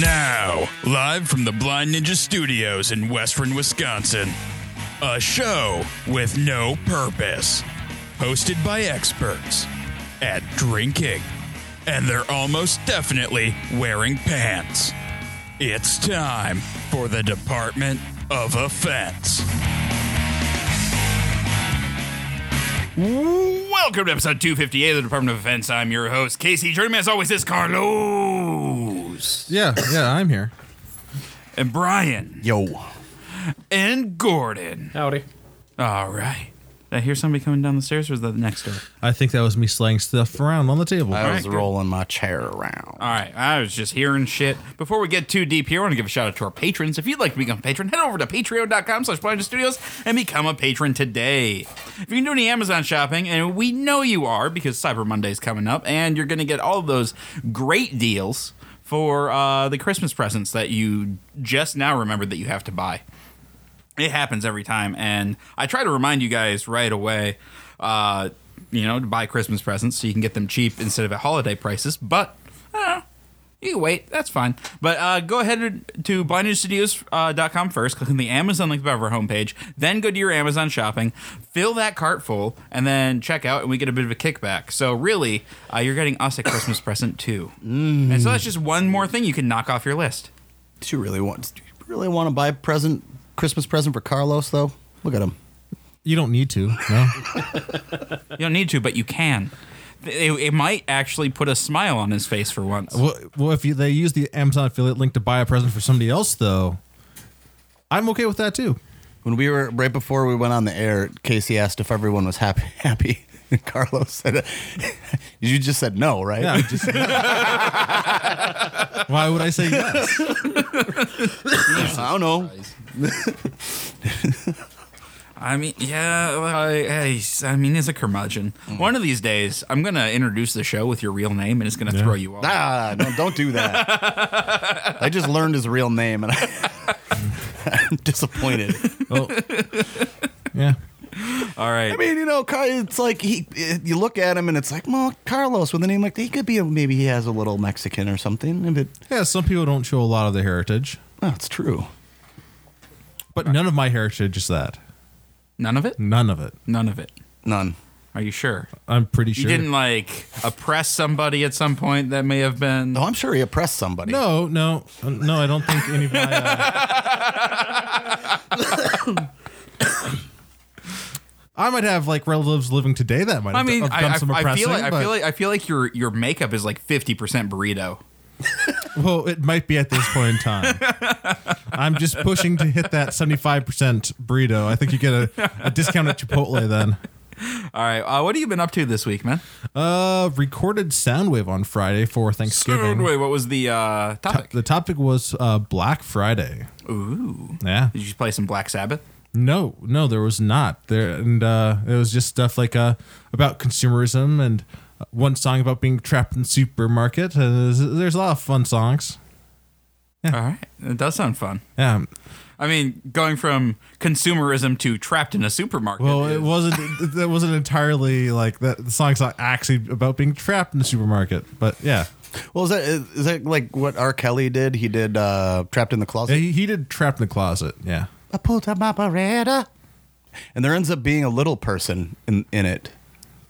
Now, live from the Blind Ninja Studios in Western Wisconsin, a show with no purpose, hosted by experts at drinking, and they're almost definitely wearing pants. It's time for the Department of Offense. Welcome to episode 258 of the Department of Defense. I'm your host, Casey. Joining me as always is Carlos Yeah, yeah, I'm here. and Brian Yo. and Gordon. Howdy. All right. Did I hear somebody coming down the stairs or is that the next door? I think that was me slaying stuff around on the table. I Alright, was good. rolling my chair around. All right. I was just hearing shit. Before we get too deep here, I want to give a shout out to our patrons. If you'd like to become a patron, head over to patreon.com slash Blind Ninja studios and become a patron today. If you can do any Amazon shopping, and we know you are because Cyber Monday's coming up, and you're going to get all of those great deals for uh, the Christmas presents that you just now remembered that you have to buy. It happens every time, and I try to remind you guys right away, uh, you know, to buy Christmas presents so you can get them cheap instead of at holiday prices. But eh, you can wait, that's fine. But uh, go ahead to blindnewstudios.com first, click on the Amazon link above our homepage, then go to your Amazon shopping, fill that cart full, and then check out, and we get a bit of a kickback. So really, uh, you're getting us a Christmas present too, Mm. and so that's just one more thing you can knock off your list. Do you really want? Do you really want to buy a present, Christmas present for Carlos though? Look at him. You don't need to. No. You don't need to, but you can. It, it might actually put a smile on his face for once. well, well, if you, they use the Amazon affiliate link to buy a present for somebody else, though, I'm okay with that too. When we were right before we went on the air, Casey asked if everyone was happy. Happy. And Carlos said, "You just said no, right?" Yeah. just- why would I say yes? I don't know. I mean, yeah, well, I, I, I mean, he's a curmudgeon. Mm. One of these days, I'm gonna introduce the show with your real name, and it's gonna throw you off. Ah, no, don't do that. I just learned his real name, and I, I'm disappointed. Oh. Yeah. All right, I mean, you know, Car- it's like he. it- You look at him, and it's like, well, Carlos with a name like that, he could be. A, maybe he has a little Mexican or something. If it, Yeah, some people don't show a lot of their heritage, oh, it's true. but none of my heritage is that. none of it. None of it. None of it. None. Are you sure? I'm pretty You sure. didn't like oppress somebody at some point that may have been. No, I'm sure he oppressed somebody. no, no, uh, no. I don't think any of my. Uh, I might have like relatives living today that might. I have d- mean, have I, done I, some I oppressing. feel like I but- feel like I feel like your your makeup is like fifty percent burrito. Well, it might be at this point in time. I'm just pushing to hit that 75% burrito. I think you get a, a discount at Chipotle then. All right, uh, what have you been up to this week, man? Uh, recorded Soundwave on Friday for Thanksgiving. Wait, what was the uh, topic? The topic was uh, Black Friday. Ooh, Yeah. did you play some Black Sabbath? No, no, there was not there, and uh, it was just stuff like uh, about consumerism and uh, one song about being trapped in the supermarket. Uh, there's, there's a lot of fun songs. All right, that does sound fun. Yeah, I mean, going from consumerism to trapped in a supermarket. Well, is- it wasn't. That wasn't entirely like that. The song's not actually about being trapped in the supermarket, but yeah, Well, is that is, is that like what R. Kelly did? He did uh, "Trapped in the Closet." Yeah, he, he did trapped in the closet. Yeah, I pulled out my beretta. and there ends up being a little person in in it.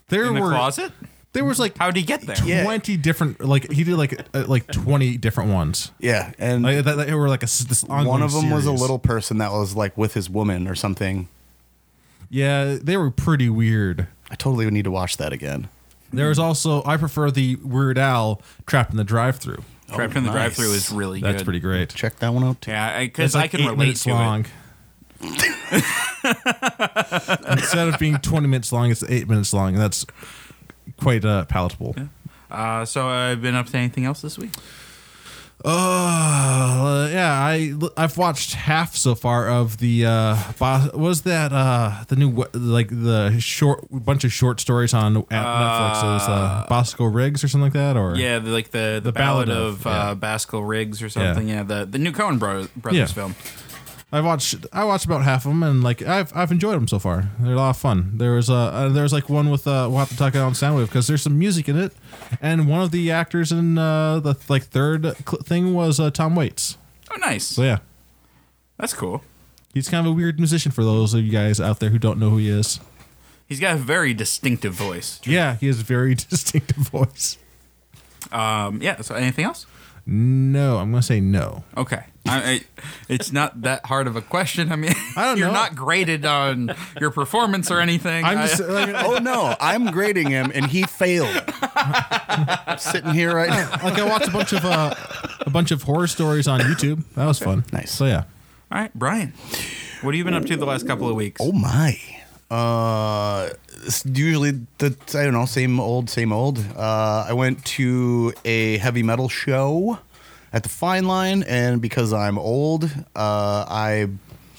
there in the were closet. there was like How would he get there? Yeah. twenty different like he did like uh, like twenty different ones. Yeah, and Like that, that were like a s- this one ongoing of them was a series. little person that was like with his woman or something. Yeah, they were pretty weird. I totally need to watch that again. There was also I prefer the Weird Al trapped in the drive-through. Trapped in the nice. drive-through is really Oh, That's good. pretty great. Check that one out. Too. Yeah, because I can eight relate minutes to long. it. Instead of being 20 minutes long, it's eight minutes long. And that's quite uh, palatable. Uh, so I've been up to anything else this week? Uh, yeah, I I've watched half so far of the uh Bos- was that uh the new we- like the short bunch of short stories on at Netflix. It was uh, Bosco Riggs or something like that, or Yeah, the, like the the, The Ballad, Ballad of, of- uh, yeah. Baskin Riggs or something. Yeah, the the new Cohen Bro- Brothers Yeah. film. I watched I watched about half of them and like I've I've enjoyed them so far. They're a lot of fun. There was uh, uh there was like one with uh we'll have to talk about on Soundwave because there's some music in it, and one of the actors in uh the like third cl- thing was uh, Tom Waits. Oh, nice. So yeah, That's cool. he's kind of a weird musician for those of you guys out there who don't know who he is. He's got a very distinctive voice. Yeah, he has a very distinctive voice. Um, yeah. So anything else? No, I'm gonna say no. Okay. I, I, it's not that hard of a question. I mean, I don't you're know. not graded on your performance or anything. I'm I- just like, Oh no, I'm grading him and he failed. I'm sitting here right now. like I watched a bunch of uh, a bunch of horror stories on YouTube. That was fun. Nice. So yeah, all right, Brian. What have you been up to the last couple of weeks? Oh my. Uh, it's usually the I don't know, same old, same old. Uh, I went to a heavy metal show at the Fine Line, and because I'm old, uh, I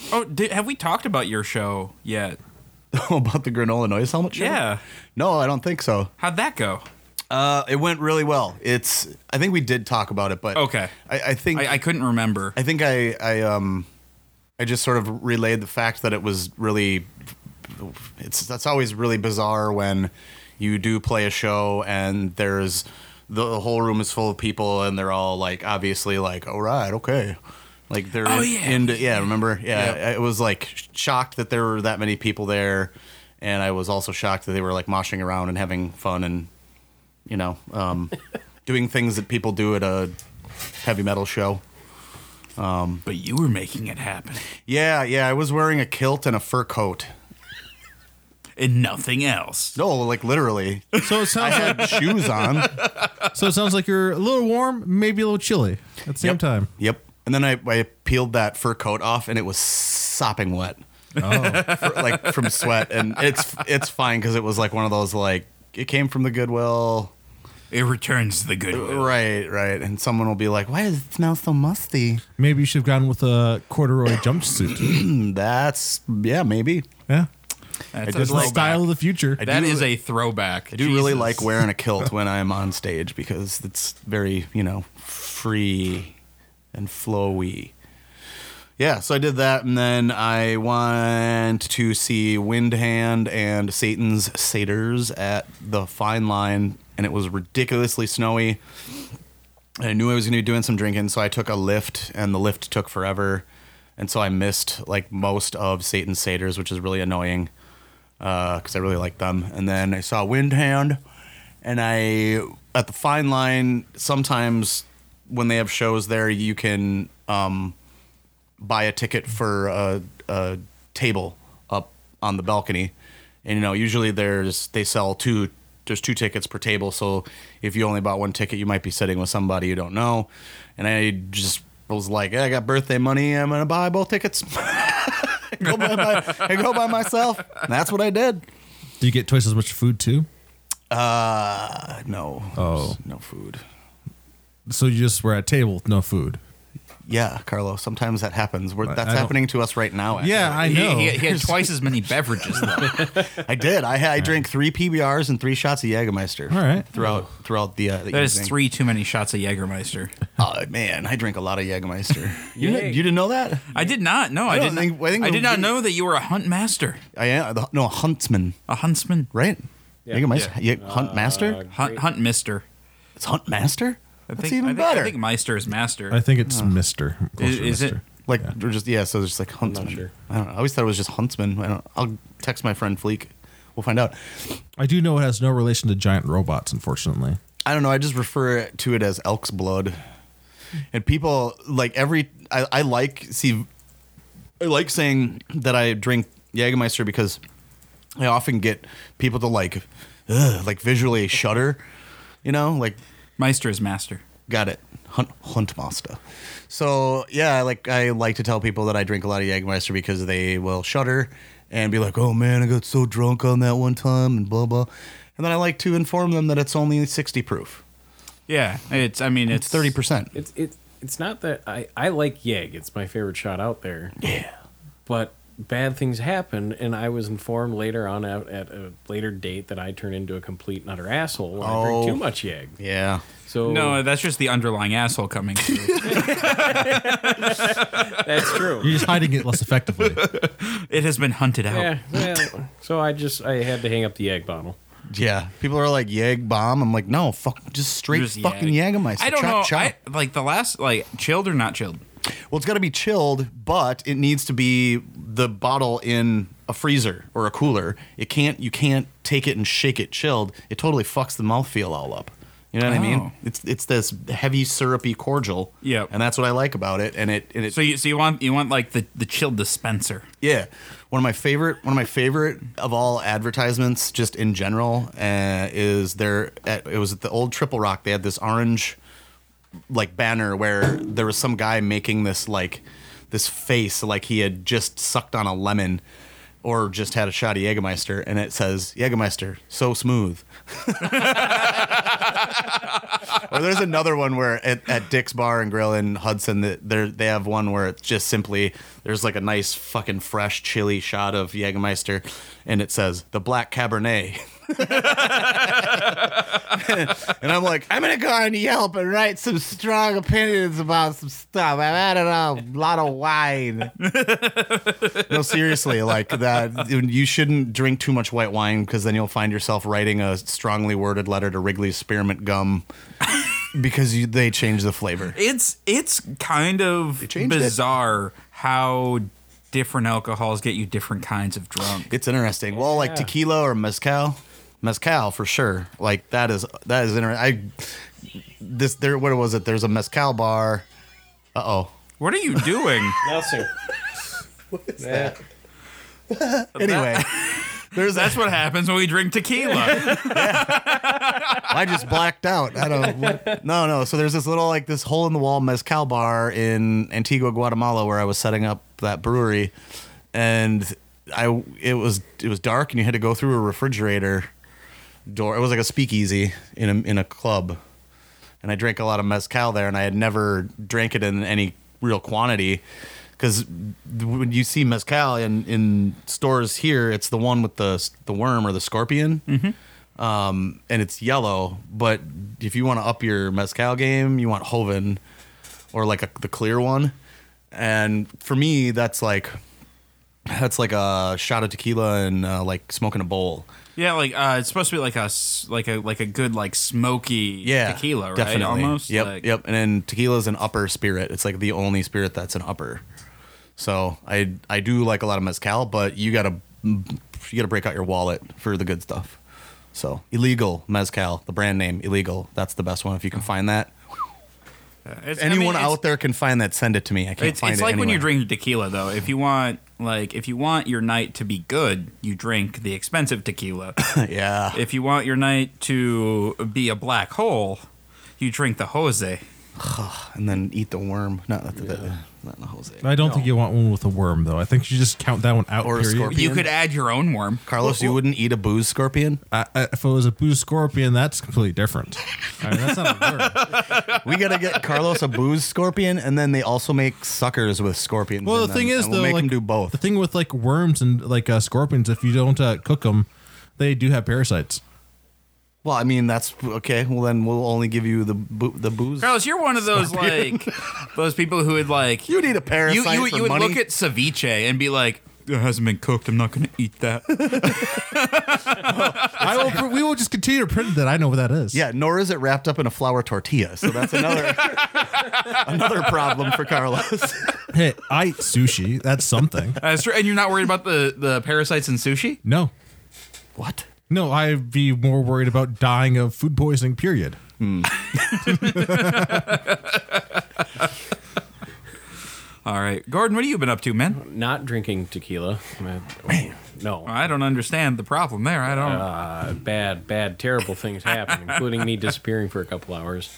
Oh, did, have we talked about your show yet? about the granola noise helmet show. Yeah. No, I don't think so. How'd that go? Uh, it went really well. It's I think we did talk about it, but Okay. I, I think I, I couldn't remember. I think I I um I just sort of relayed the fact that it was really it's that's always really bizarre when you do play a show and there's the, the whole room is full of people and they're all like obviously like all right okay like they're Oh, in- yeah. into yeah remember yeah I- I was like sh- shocked that there were that many people there and I was also shocked that they were like moshing around and having fun and you know um doing things that people do at a heavy metal show But you were making it happen. Yeah, yeah, I was wearing a kilt and a fur coat. And nothing else. No, like literally, so it sounds like shoes on. so it sounds like you're a little warm, maybe a little chilly at the same Yep. time. Yep. And then I, I peeled that fur coat off, and it was sopping wet, Oh, fr- like from sweat. And it's it's fine because it was like one of those like it came from the Goodwill. It returns the goodwill. Right, right. And someone will be like, "Why does it smell so musty?" maybe you should have gone with a corduroy jumpsuit. And That's yeah, maybe. Yeah, That's it's the style of the future. That do- is a throwback. I do really Jesus. like wearing a kilt when I'm on stage because it's very, you know, free and flowy. Yeah, so I did that, and then I went to see Windhand and Satan's Satyrs at the Fine Line, and it was ridiculously snowy. I knew I was going to be doing some drinking, so I took a lift, and the lift took forever, and so I missed like most of Satan's Satyrs, which is really annoying because uh, I really like them. And then I saw Windhand, and I at the Fine Line. Sometimes when they have shows there, you can um, buy a ticket for a, a table up on the balcony, and you know usually there's they sell two. There's two tickets per table, so if you only bought one ticket, you might be sitting with somebody you don't know. And I just was like, "Hey, I got birthday money. I'm gonna buy both tickets. go buy my, I go by myself. And that's what I did. Do you get twice as much food too? Uh, no. Oh. no food. So you just were at a table with no food. Yeah, Carlo. Sometimes that happens. We're, I- that's I don't- happening to us right now. Actually. Yeah, I He, know. he, he had twice as many beverages though. I did. I had- I drank three PBRs and three shots of Jägermeister. All right. Throughout throughout the, uh, the That is evening. three too many shots of Jägermeister. Oh man, I drink a lot of Jägermeister. you, didn't, you didn't know that? I did not. No, I, don't didn't. think- I I, think did the- not know that you were a hunt master, I am the, no a huntsman, a huntsman, right? Yeah. Jägermeister, Jä- hunt master. hunt hunt mister. it's hunt master. Uh, I That's think, even I think, better. I think meister is master. I think it's Mister. is, is it? like or just yeah, so there's like huntsman. sure. I don't know. I always thought it was just huntsman. I don't, I'll text my friend Fleek. We'll find out. I do know it has no relation to giant robots, unfortunately. I don't know. I just refer to it as elk's blood. And people like every I, I like see I like saying that I drink Jägermeister because I often get people to like ugh, like visually shudder, you know, like Meister is master. Got it. Hunt, hunt master. So yeah, I like I like to tell people that I drink a lot of Jägermeister because they will shudder and be like, "Oh man, I got so drunk on that one time," and blah blah. And then I like to inform them that it's only sixty proof. Yeah, it's. I mean, it's It's thirty percent. It's it, it's not that I I like Yeg. It's my favorite shot out there. Yeah. But bad things happen, and I was informed later on at, at a later date that I turned into a complete and utter asshole when I Oh. drink too much yag. Yeah. So Oh. No, that's just the underlying asshole coming through. that's true. You're just hiding it less effectively. it has been hunted out. yeah, well, so I just I had to hang up the yag bottle. Yeah. People are like, yag bomb. I'm like, no, fuck, just straight Just fucking yag. yag on myself. I don't chop, know. Chop. I, like the last, like chilled or not chilled. Well, it's got to be chilled, but it needs to be the bottle in a freezer or a cooler. It can't. You can't take it and shake it chilled. It totally fucks the mouthfeel all up. You know what I Oh. mean? It's it's this heavy syrupy cordial. Yep. And that's what I like about it. And it and it. So you, so you want you want like the the chilled dispenser. Yeah, one of my favorite, one of my favorite of all advertisements, just in general, uh, is there. At, it was at the old Triple Rock. They had this orange, like banner where there was some guy making this like, this face like he had just sucked on a lemon, or just had a shot of Jägermeister, and it says Jägermeister so smooth. or there's another one where at, at Dick's Bar and Grill in Hudson, that there they have one where it's just simply there's like a nice fucking fresh chili shot of Jägermeister, and it says the Black Cabernet. and I'm like, I'm gonna go on Yelp and write some strong opinions about some stuff. I've had it all, a lot of wine. no, seriously, like that. You shouldn't drink too much white wine because then you'll find yourself writing a strongly worded letter to Wrigley's Spearmint Gum because you, they change the flavor. It's it's kind of changed it. bizarre how different alcohols get you different kinds of drunk. It's interesting. Well, like tequila or mezcal, mezcal for sure. Like that is that is interesting. I this there what was it? There's a mezcal bar. Uh oh. What are you doing? Nothing. what is that? Anyway, there's That's what happens when we drink tequila. I just blacked out. I don't. What, no, no. So there's this little like this hole in the wall mezcal bar in Antigua, Guatemala, where I was setting up that brewery, and I it was it was dark, and you had to go through a refrigerator door. It was like a speakeasy in a in a club, and I drank a lot of mezcal there, and I had never drank it in any real quantity. Because when you see mezcal in, in stores here, it's the one with the the worm or the scorpion um, and it's yellow. But if you want to up your mezcal game, you want Hoven or like a, the clear one. And for me, that's like that's like a shot of tequila and uh, like smoking a bowl. yeah, like uh, it's supposed to be like a s- like a like a good like smoky Yeah, tequila, right? Definitely. Almost. Yep, Like- yep. And then tequila is an upper spirit. It's like the only spirit that's an upper. So I I do like a lot of mezcal, but you gotta you gotta break out your wallet for the good stuff. So illegal mezcal, the brand name illegal. That's the best one if you can find that. It's- I mean, anyone it's- out there can find that, send it to me. I can't It's, find it's it. like when anywhere. you're drinking tequila, though. If you want, like, if you want your night to be good, you drink the expensive tequila. Yeah. if you want your night to be a black hole, you drink the Jose. and then eat the worm. Not that, that- not the Jose. I don't think you want one with a worm, though. I think you just count that one out. Or a period. scorpion. You could add your own worm. Carlos, you wouldn't eat a booze scorpion? I, I, if it was a booze scorpion, that's completely different. I mean, that's not a worm. we gotta get Carlos a booze scorpion, and then they also make suckers with scorpions. Well, in the them, thing is, and though, we'll make like, them do The both. thing with like worms and like uh, scorpions, if you don't uh, cook them, they do have parasites. Well, I mean, that's okay. Well, then we'll only give you the boo- the booze. Carlos, you're one of those like those people who would like you need a parasite you you, for you would money. look at ceviche and be like, "It hasn't been cooked. I'm not going to eat that." I will. We will just continue to print that. I know what that is. yeah, nor is it wrapped up in a flour tortilla. So that's another another problem for Carlos. Hey, I eat sushi. That's something. That's true. And you're not worried about the the parasites in sushi. No, what? no. I'd be more worried about dying of food poisoning. Period. All right, Gordon, what have you been up to, man? Not drinking tequila. Eh, No. I don't understand the problem there. I don't. Uh, bad, bad, terrible things happen, including me disappearing for a couple hours.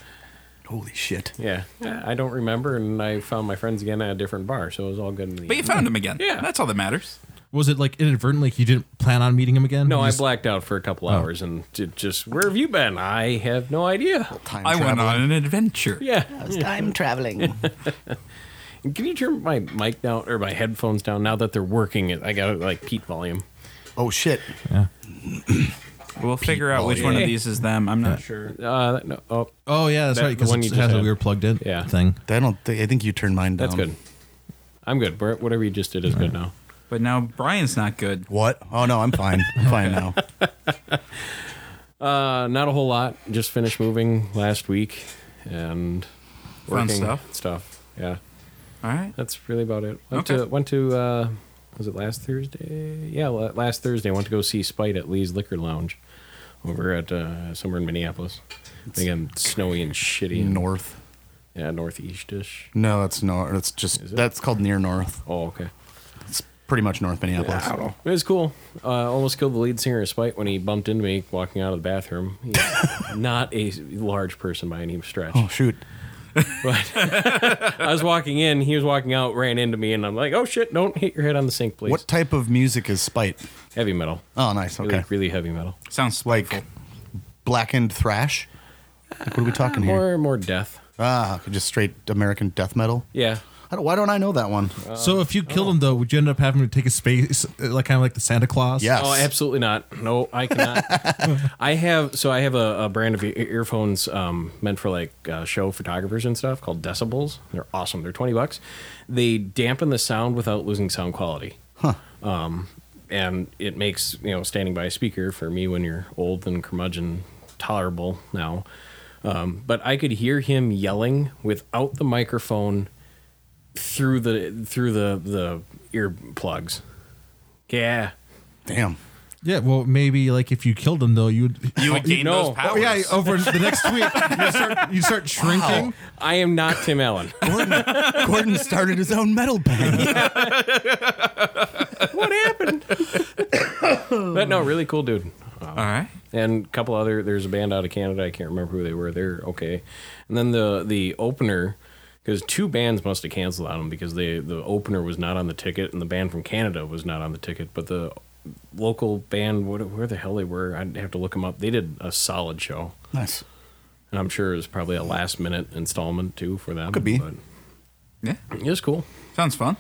Holy shit! Yeah, I don't remember, and I found my friends again at a different bar, so it was all good in the But you end. found him again. Yeah. That's all that matters. Was it like inadvertently? Like you didn't plan on meeting him again? no, You I just- blacked out for a couple hours, and it just where have you been? I have no idea. Time I went traveling. on an adventure. Yeah, time traveling. Can you turn my mic down or my headphones down now that they're working? I got like peak volume. Oh shit! We'll figure out which one of these is them. I'm not sure. Sure. Uh, no, oh, Oh yeah, that's That- right. the Because one it you has just a had. weird plugged in Yeah. thing. I don't. Think, I think you turned mine down. that's good. I'm good. Where- Whatever you just did is good now. But now Brian's not good. What? Oh no, I'm fine. I'm fine now. Uh, not a whole lot. Just finished moving last week and Fun working stuff. Stuff. Yeah, All right. that's really about it. Went Okay. to went to uh, was it last Thursday? Yeah, la- last Thursday. Went to go see Spite at Lee's Liquor Lounge over at uh, somewhere in Minneapolis. Again, snowy and shitty. and- north? yeah, northeastish. No, that's no. That's just that's called near north. Oh, okay. It's pretty much North Minneapolis. It was cool. Uh, almost killed the lead singer of Spite when he bumped into me walking out of the bathroom. He's not a large person by any stretch. Oh shoot! I was walking in, he was walking out, ran into me, and I'm like, "Oh shit! Don't hit your head on the sink, please." What type of music is Spite? Heavy metal. Oh, nice. Really, Okay, really heavy metal. Sounds like spiteful. blackened thrash. Like, what are we Ah, talking here? More, more death. Ah, just straight American death metal. Yeah. I don't, why don't I know that one? Uh, so if oh. you killed him though, would you end up having to take a space, uh, like kind of like the Santa Claus? Yes. Oh, absolutely not. No, I cannot. I have so I have a, a brand of ear- earphones um, meant for like uh, show photographers and stuff called Decibels. They're awesome. They're twenty bucks. They dampen the sound without losing sound quality. Huh. Um, and it makes you know standing by a speaker for me when you're old and curmudgeon tolerable now. Um, but I could hear him yelling without the microphone through the through the the earplugs. Yeah. Damn. Yeah. Well, maybe like if you killed him though, you'd. You would gain no. those powers. Oh, yeah, over the next week, you start, you start shrinking. I am not Tim Allen. Gordon, Gordon started his own metal band. But no, really cool dude. All right. And a couple other. There's a band out of Canada. I can't remember who they were. They're okay. And then the the opener, because two bands must have canceled on them because they the opener was not on the ticket and the band from Canada was not on the ticket. But the local band, what, where the hell they were, I'd have to look them up. They did a solid show, nice. and I'm sure it was probably a last minute installment too for them. Could be. But Yeah. it was cool. Sounds fun.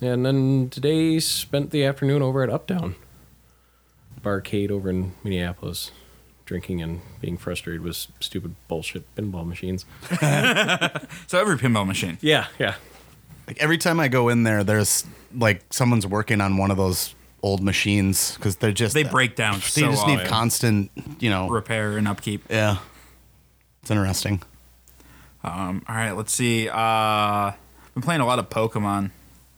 And then today spent the afternoon over at Uptown Barcade over in Minneapolis, drinking and being frustrated with s- stupid bullshit pinball machines. So every pinball machine. Yeah, yeah. Like every time I go in there, there's like someone's working on one of those old machines because they're just They break down They so just need often. constant, you know. Repair and upkeep. yeah, it's interesting. Um, all right, let's see. Uh, been playing a lot of Pokemon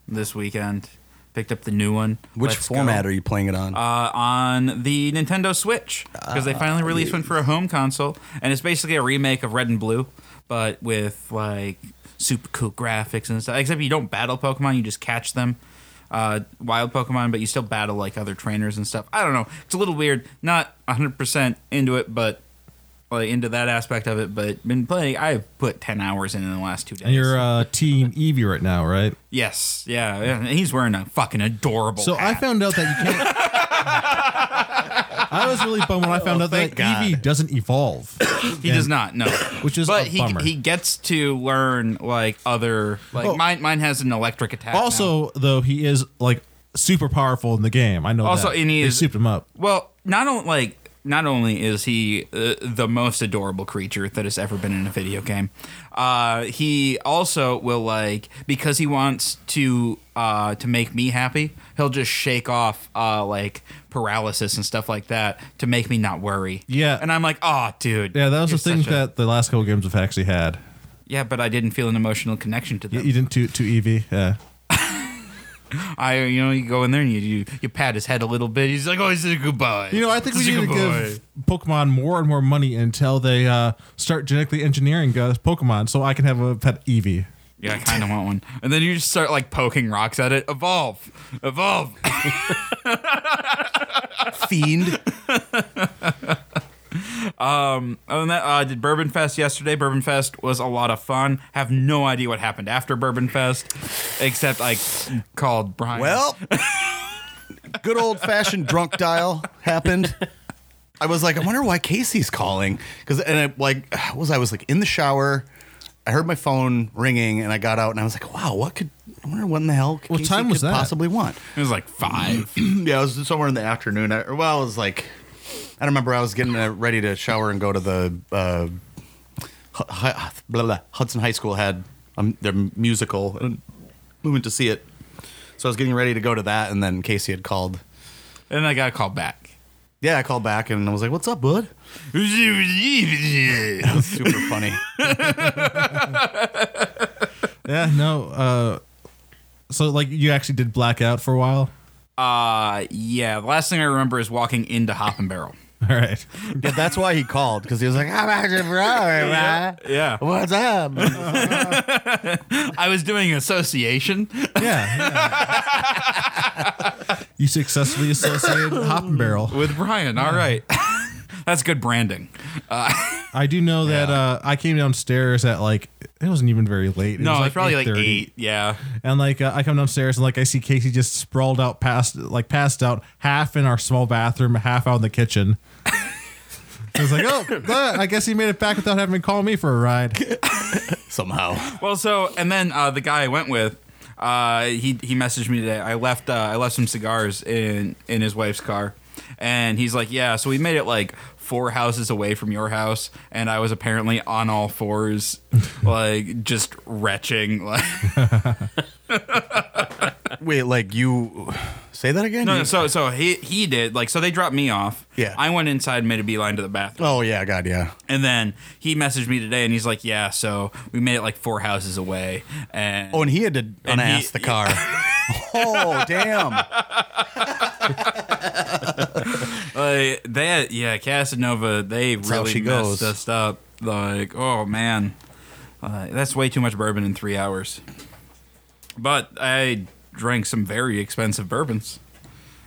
this weekend. Picked up the new one. Which Let's Go. format are you playing it on? Uh, on the Nintendo Switch because they finally released one for a home console, and it's basically a remake of Red and Blue, but with like super cool graphics and stuff. Except you don't battle Pokemon; you just catch them, uh, wild Pokemon, but you still battle like other trainers and stuff. I don't know; it's a little weird. Not 100 percent into it, but like into that aspect of it. But been playing. I've put 10 hours in in the last two days. And you're uh, Team Evie right now, right? yes, yeah, yeah. And He's wearing a fucking adorable. So I hat. found out that you can't. I was really bummed when I found out that thank God. Evie doesn't evolve, He does not. No, which is but a he bummer. he gets to learn like other like Oh. mine mine has an electric attack. now. also, though, he is like super powerful in the game. I know. Also, that. and he they is- souped him up. well, not only like not only is he uh, the most adorable creature that has ever been in a video game, uh, he also will like because he wants to uh, to make me happy. He'll just shake off uh, like paralysis and stuff like that to make me not worry. Yeah. and I'm like, oh, dude. Yeah, that was you're the thing such a-" that the last couple games have actually had. Yeah, but I didn't feel an emotional connection to You, them. you didn't to to Evie. Yeah. I, you know, you go in there and you you, you pat his head a little bit. He's like, "Oh, he's a good boy." You know, I think we He's a need to good give Pokemon more and more money until they uh, start genetically engineering uh, Pokemon, so I can have a pet Eevee. Yeah, I kind of want one. And then you just start like poking rocks at it. Evolve, evolve. Fiend. Other than that, uh, I did Bourbon Fest yesterday. Bourbon Fest was a lot of fun. Have no idea what happened after Bourbon Fest, except I called Brian. Well, good old fashioned drunk dial happened. I was like, I wonder why Casey's calling because and I, like was I was like in the shower. I heard my phone ringing, and I got out, and I was like, "Wow, what could? I wonder when the hell What Casey time was could that? possibly want." It was like five. yeah, it was somewhere in the afternoon. I, well, it was like I remember I was getting uh, ready to shower and go to the uh, Hu- Hu- blah, blah. Hudson High School had um, their musical, and we went to see it. So I was getting ready to go to that, and then Casey had called. and I got a call back. Yeah, I called back and I was like, "What's up, bud?" yeah, That was super funny. Yeah, no. Uh, so like you actually did black out for a while. the last thing I remember is walking into Hop and Barrel. All right. yeah, that's why he called because he was like, "I'm at your brother, man. Yeah. What's up?" I was doing association. Yeah. yeah. you successfully associated Hop and Barrel. with Brian. All right. That's good branding. I do know that uh, I came downstairs at like it wasn't even very late. It no, was it's probably like 8:30. eight. Yeah. And like uh, I come downstairs and like I see Casey just sprawled out past like passed out half in our small bathroom, half out in the kitchen. I was like, oh, I guess he made it back without having to call me for a ride. Somehow, Well, so and then uh, the guy I went with, uh, he he messaged me today. I left uh, I left some cigars in in his wife's car, and he's like, yeah. So we made it like four houses away from your house, and I was apparently on all fours, like just retching. Like wait, like you say that again? no, no, so so he he did like so they dropped me off. Yeah. I went inside, and made a beeline to the bathroom. oh yeah, God, yeah. And then he messaged me today, and he's like, "Yeah, so we made it like four houses away." And Oh, and he had to And unass he- the car. oh, damn. like that, yeah, Casanova, they how really she messed goes. us up. Like, oh man, uh, that's way too much bourbon in three hours. But I drank some very expensive bourbons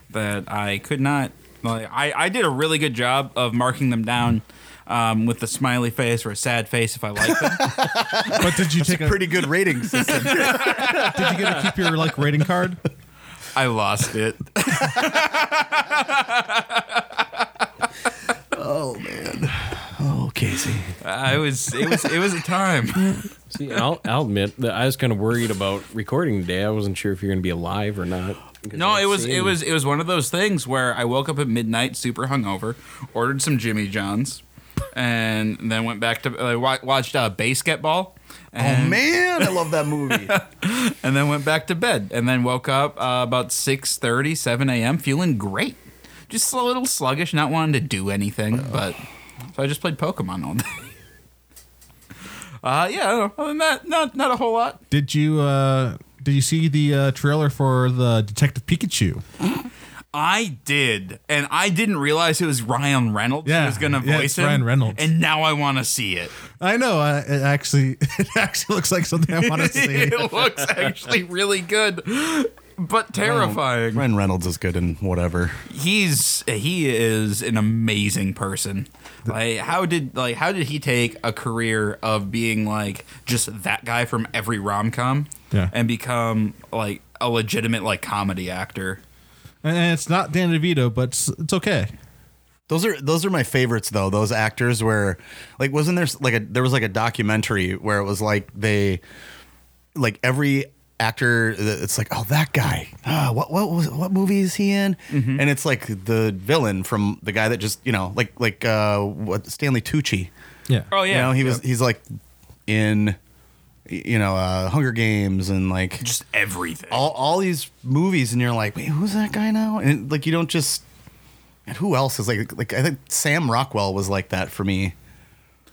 that I could not. Like, I I did a really good job of marking them down. Um, with a smiley face or a sad face, if I like them. But did you take a, Pretty good rating system. Did you get to keep your like rating card? I lost it. oh, Casey. I was. It was. It was a time. See, and I'll, I'll admit that I was kind of worried about recording today. I wasn't sure if you're going to be alive or not. No, it was it Same. was it was one of those things where I woke up at midnight, super hungover, ordered some Jimmy John's, and then went back to I wa watched uh, basketball, and, Man, I love that movie. and then went back to bed, and then woke up uh, about 6:30, 7 a.m. feeling great, just a little sluggish, not wanting to do anything, but so I just played Pokemon all day. Uh, yeah, I don't know. other than that, not not a whole lot. Did you uh did you see the uh, trailer for the Detective Pikachu? I did, and I didn't realize it was Ryan Reynolds who Yeah, was going to yeah, voice it's him. Ryan Reynolds. and now I want to see it. I know. I, it actually it actually looks like something I want to see. it looks actually really good, but terrifying. Ryan Reynolds is good in whatever. He's he is an amazing person. Like how did like how did he take a career of being like just that guy from every rom com, Yeah. and become like a legitimate like comedy actor? and it's not Dan DeVito, but it's, it's okay. Those are those are my favorites though. Those actors where, like, wasn't there s- like a there was like a documentary where it was like they, like every actor th- it's like oh that guy ah, what what was what movie is he in and it's like the villain from the guy that just you know like like uh what Stanley Tucci Yeah. Oh yeah, you know he was he's like in y- you know uh Hunger Games and like just everything. all, all these movies and you're like, wait, who's that guy now? And like you don't just and who else is like like I think Sam Rockwell was like that for me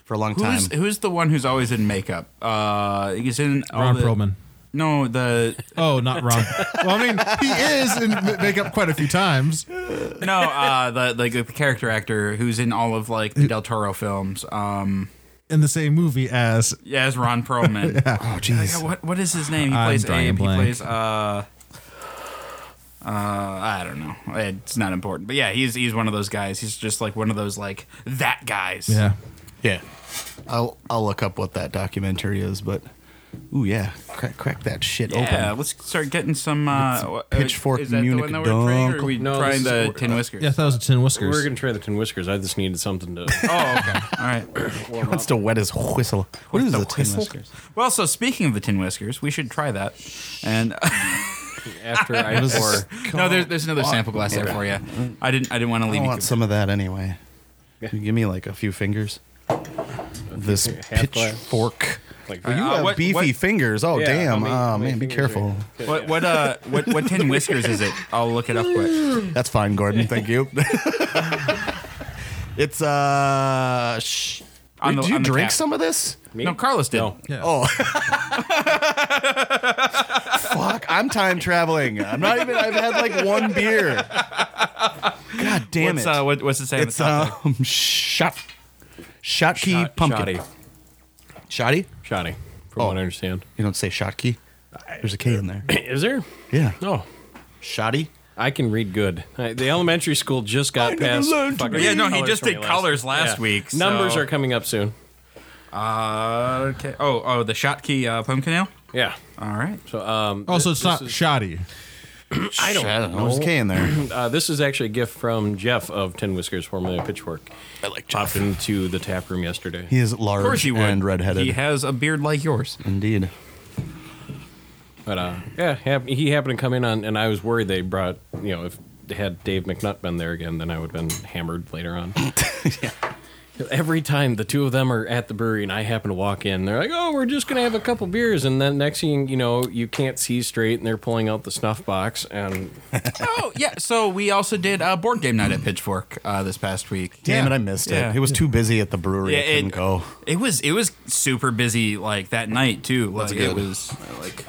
for a long time. Who's who's the one who's always in makeup? Uh, he's in all Ron the- Perlman. No, the Oh, not Ron. well, I mean, he is in m- makeup quite a few times. no, uh, the like the character actor who's in all of like the Del Toro films. Um, in the same movie as yeah, it's Ron Perlman. oh jeez. Yeah, what what is his name? He I'm plays drawing a Abe. He blank. plays uh, uh, I don't know. It's not important. But yeah, he's he's one of those guys. He's just like one of those like that guys. Yeah. I'll I'll look up what that documentary is, but ooh yeah, crack, crack that shit Yeah, open. let's start getting some uh, wha- uh, pitchfork Is that Munich the one that we're trying, or dunk. are we No, this trying is- the tin whiskers? Yeah, I thought it was tin whiskers. We're gonna try the tin whiskers. I just needed something to. Oh, okay. All right. He wants to wet his whistle. What is uh, The a tin whistle? whistle? Well, so speaking of the tin whiskers, we should try that. And after I pour, no, there's, there's another sample glass there for you. I didn't I didn't want to I leave you. want some of that anyway. Can you give me like a few fingers. This half glass. pitchfork. like, you Uh, have what- beefy what- fingers. Oh Yeah, damn! how many- Ah how many man, be fingers are careful. What what uh what what tin whiskers is it? I'll look it up quick. That's fine, Gordon. Thank you. it's uh. Sh- On the- did you on the drink cap. some of this? Me? No, Carlos did. No. yeah. Oh. Fuck, I'm time traveling. I'm not even, I've had like one beer. God damn What's, it. uh, what, what's it say? on the it's top um, shot. Shotkey Shot- pumpkin. Uh, Shoddy. Shotty? Shoddy, from Oh. what I understand. You don't say shotkey? There's a K in there. Is there? Yeah. No. Shotty? I can read good. I- The elementary school just got past. fucking Yeah, no, he colors just for did me colors last yeah. week, Numbers so- are coming up soon. Uh, okay. Oh, oh, the Shotkey uh, pumpkin ale. Yeah. All right. So, um, Oh, so th- it's not This is, shoddy. I don't know. There's a K in there. uh, this is actually a gift from Jeff of Tin Whiskers, formerly of Pitchfork. I like Popped into the tap room yesterday. He is Of course large you would. and redheaded. He has a beard like yours. Indeed. But uh, yeah, hap- he happened to come in on, and I was worried they brought, you know, if had Dave McNutt been there again, then I would have been hammered later on. Every time the two of them are at the brewery and I happen to walk in, they're like, "Oh, we're just gonna have a couple beers," and then next thing you know, you can't see straight, and they're pulling out the snuff box, and oh yeah. So we also did a board game night at Pitchfork uh, this past week. Damn Yeah. it, I missed Yeah. it. It was too busy at the brewery. I Yeah, couldn't go. It was it was super busy like that night too. Like it good. was like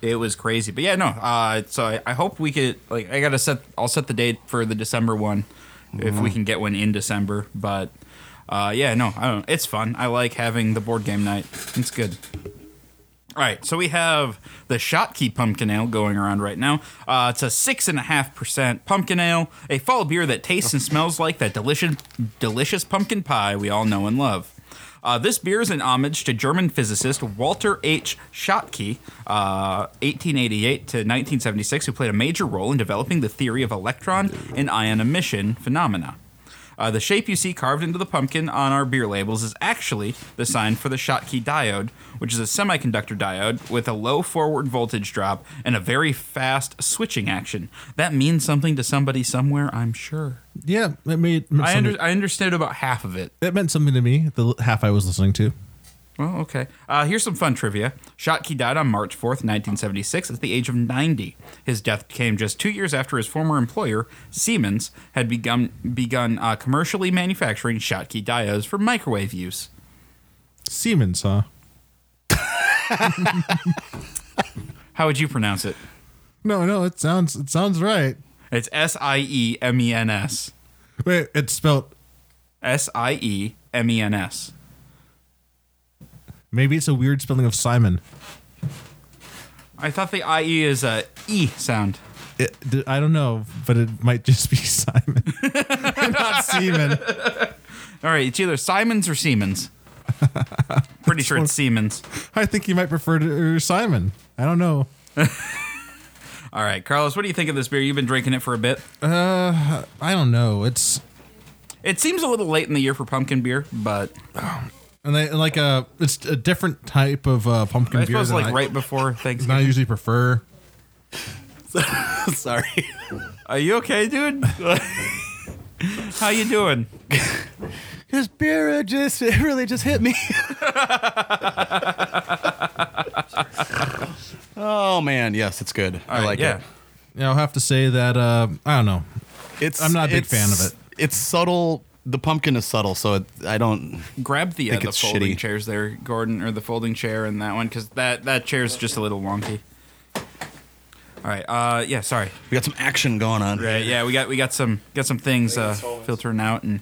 it was crazy. But yeah, no. Uh, so I, I hope we could like I gotta set I'll set the date for the December one Mm-hmm. if we can get one in December. But uh, yeah, no, I don't. It's fun. I like having the board game night. It's good. All right, so we have the Shotkey Pumpkin Ale going around right now. Uh, it's a six and a half percent pumpkin ale, a fall beer that tastes and smells like that delicious, delicious pumpkin pie we all know and love. Uh, this beer is an homage to German physicist Walter H. Schottky, uh, 1888 to 1976, who played a major role in developing the theory of electron and ion emission phenomena. Uh, the shape you see carved into the pumpkin on our beer labels is actually the sign for the Schottky diode, which is a semiconductor diode with a low forward voltage drop and a very fast switching action. That means something to somebody somewhere, I'm sure. Yeah, it made it meant I, something- under- I understood about half of it. it meant something to me. The l- half I was listening to. Well, okay. Uh, here's some fun trivia. Schottky died on March 4th, 1976, at the age of 90. His death came just two years after his former employer, Siemens, had begun, begun uh, commercially manufacturing Schottky diodes for microwave use. Siemens, huh? How would you pronounce it? No, no, it sounds it sounds right. It's S I E M E N S. Wait, it's spelled. S I E M E N S. Maybe it's a weird spelling of Simon. I thought the I E is a E sound. It, d- I don't know, but it might just be Simon, not Seaman. All right, it's either Simons or Siemens. Pretty sure it's Siemens. I think you might prefer to or Simon. I don't know. All right, Carlos, what do you think of this beer? You've been drinking it for a bit. I don't know. It's It seems a little late in the year for pumpkin beer, but and they, and like a it's a different type of uh, pumpkin I beer suppose than like I, right before than I Thanksgiving. usually prefer. Sorry. Are you okay, dude? How you doing? This beer it just it really just hit me. oh man, yes, it's good. I All right, like yeah. it. Yeah, I'll have to say that uh, I don't know. It's I'm not a big it's- fan of it. It's subtle. The pumpkin is subtle, so it, I don't. Grab the, uh, Think the it's folding shitty. chairs there, Gordon, or the folding chair and that one, because that, that chair's just a little wonky. All right, uh, yeah, sorry. We got some action going on. Right. Yeah, we got we got some got some things uh, filtering out and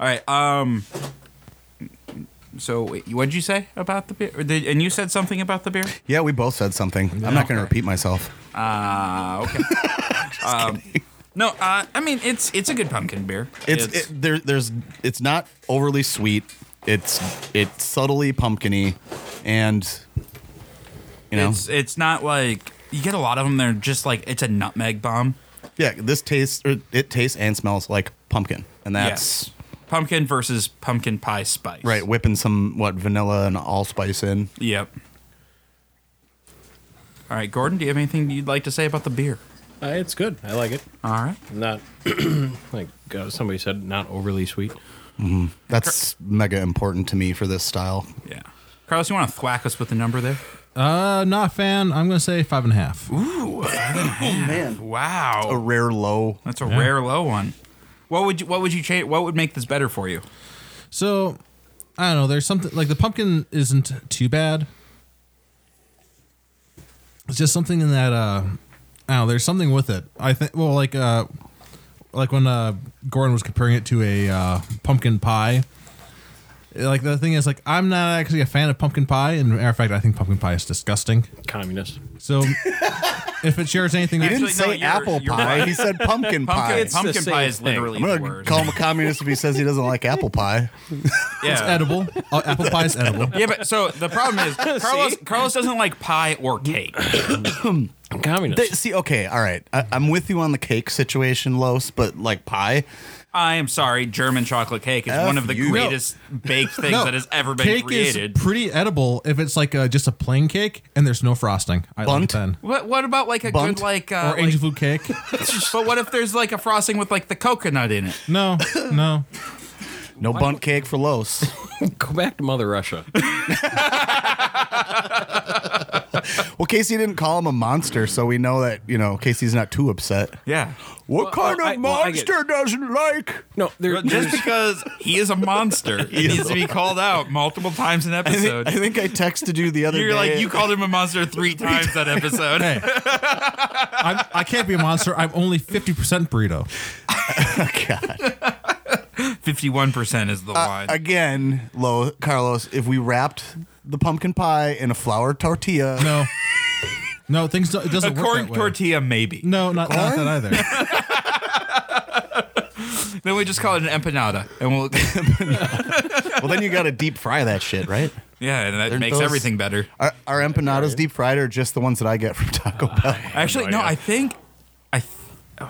all right. Um. So wait, what'd you say about the beer? Or did, and you said something about the beer. Yeah, we both said something. I'm not going to repeat myself. Ah, okay. um, no, uh, I mean it's it's a good pumpkin beer. It's, it, there. There's. It's not overly sweet. It's it's subtly pumpkiny, and You know, It's it's not like you get a lot of them. They're just like it's a nutmeg bomb. yeah. This tastes, or it tastes and smells like pumpkin, and that's yes, pumpkin versus pumpkin pie spice. right. Whipping some what vanilla and allspice in. Yep. All right, Gordon. Do you have anything you'd like to say about the beer? Uh, it's good. I like it. All right. Not like uh, somebody said, not overly sweet. That's mega important to me for this style. Yeah. Carlos, you want to thwack us with the number there? Uh, not a fan. I'm gonna say five and a half. Wow. A rare low. That's a rare low one. What would you, what would you change? What would make this better for you? So I don't know. There's something like the pumpkin isn't too bad. It's just something in that uh, I don't know. There's something with it. I think. Well, like uh, like when uh, Gordon was comparing it to a uh, pumpkin pie. Like the thing is, like I'm not actually a fan of pumpkin pie. And matter of fact, I think pumpkin pie is disgusting. Communist. So if it shares anything, He with, didn't Actually, no, say you're- apple you're pie. right. He said pumpkin, pie. Pumpkin, the pumpkin same pie is thing. literally I'm the gonna worst. call him a communist if he says he doesn't like apple pie. yeah. it's edible. Uh, apple pie is edible. Yeah, but so the problem is Carlos Carlos doesn't like pie or cake. Communist. They- see, okay, all right. I, I'm with you on the cake situation, Los, but like pie, I am sorry, German chocolate cake is F one of the you. greatest baked things that has ever been cake created. is pretty edible if it's like uh just a plain cake and there's no frosting. I like Bunt? it then. what what about like a Bunt good like uh, or like- angel food cake. but what if there's like a frosting with like the coconut in it? No, no. no bunt cake for Los. Go back to Mother Russia. well, Casey didn't call him a monster, so we know that you know Casey's not too upset. Yeah. What Well, kind I- of well, I get- monster doesn't like? No, there, Just there's, because he is a monster, he needs to be called out multiple times an I thi- episode. I think I texted you the other You're day. like you called him a monster three times that episode. Hey, I'm, I can't be a monster. I'm only fifty percent burrito. Fifty-one percent is the line. again, Lo Carlos. If we wrapped the pumpkin pie in a flour tortilla, No, no. Things don't, it a doesn't work corn that way. tortilla, maybe. no, not, not that either. Then we just call it an empanada, and we'll well, then you got to deep fry that shit, right? yeah, and that makes those- everything better. Are, are empanadas deep fried or just the ones that I get from Taco Bell? Actually, no, I think I th-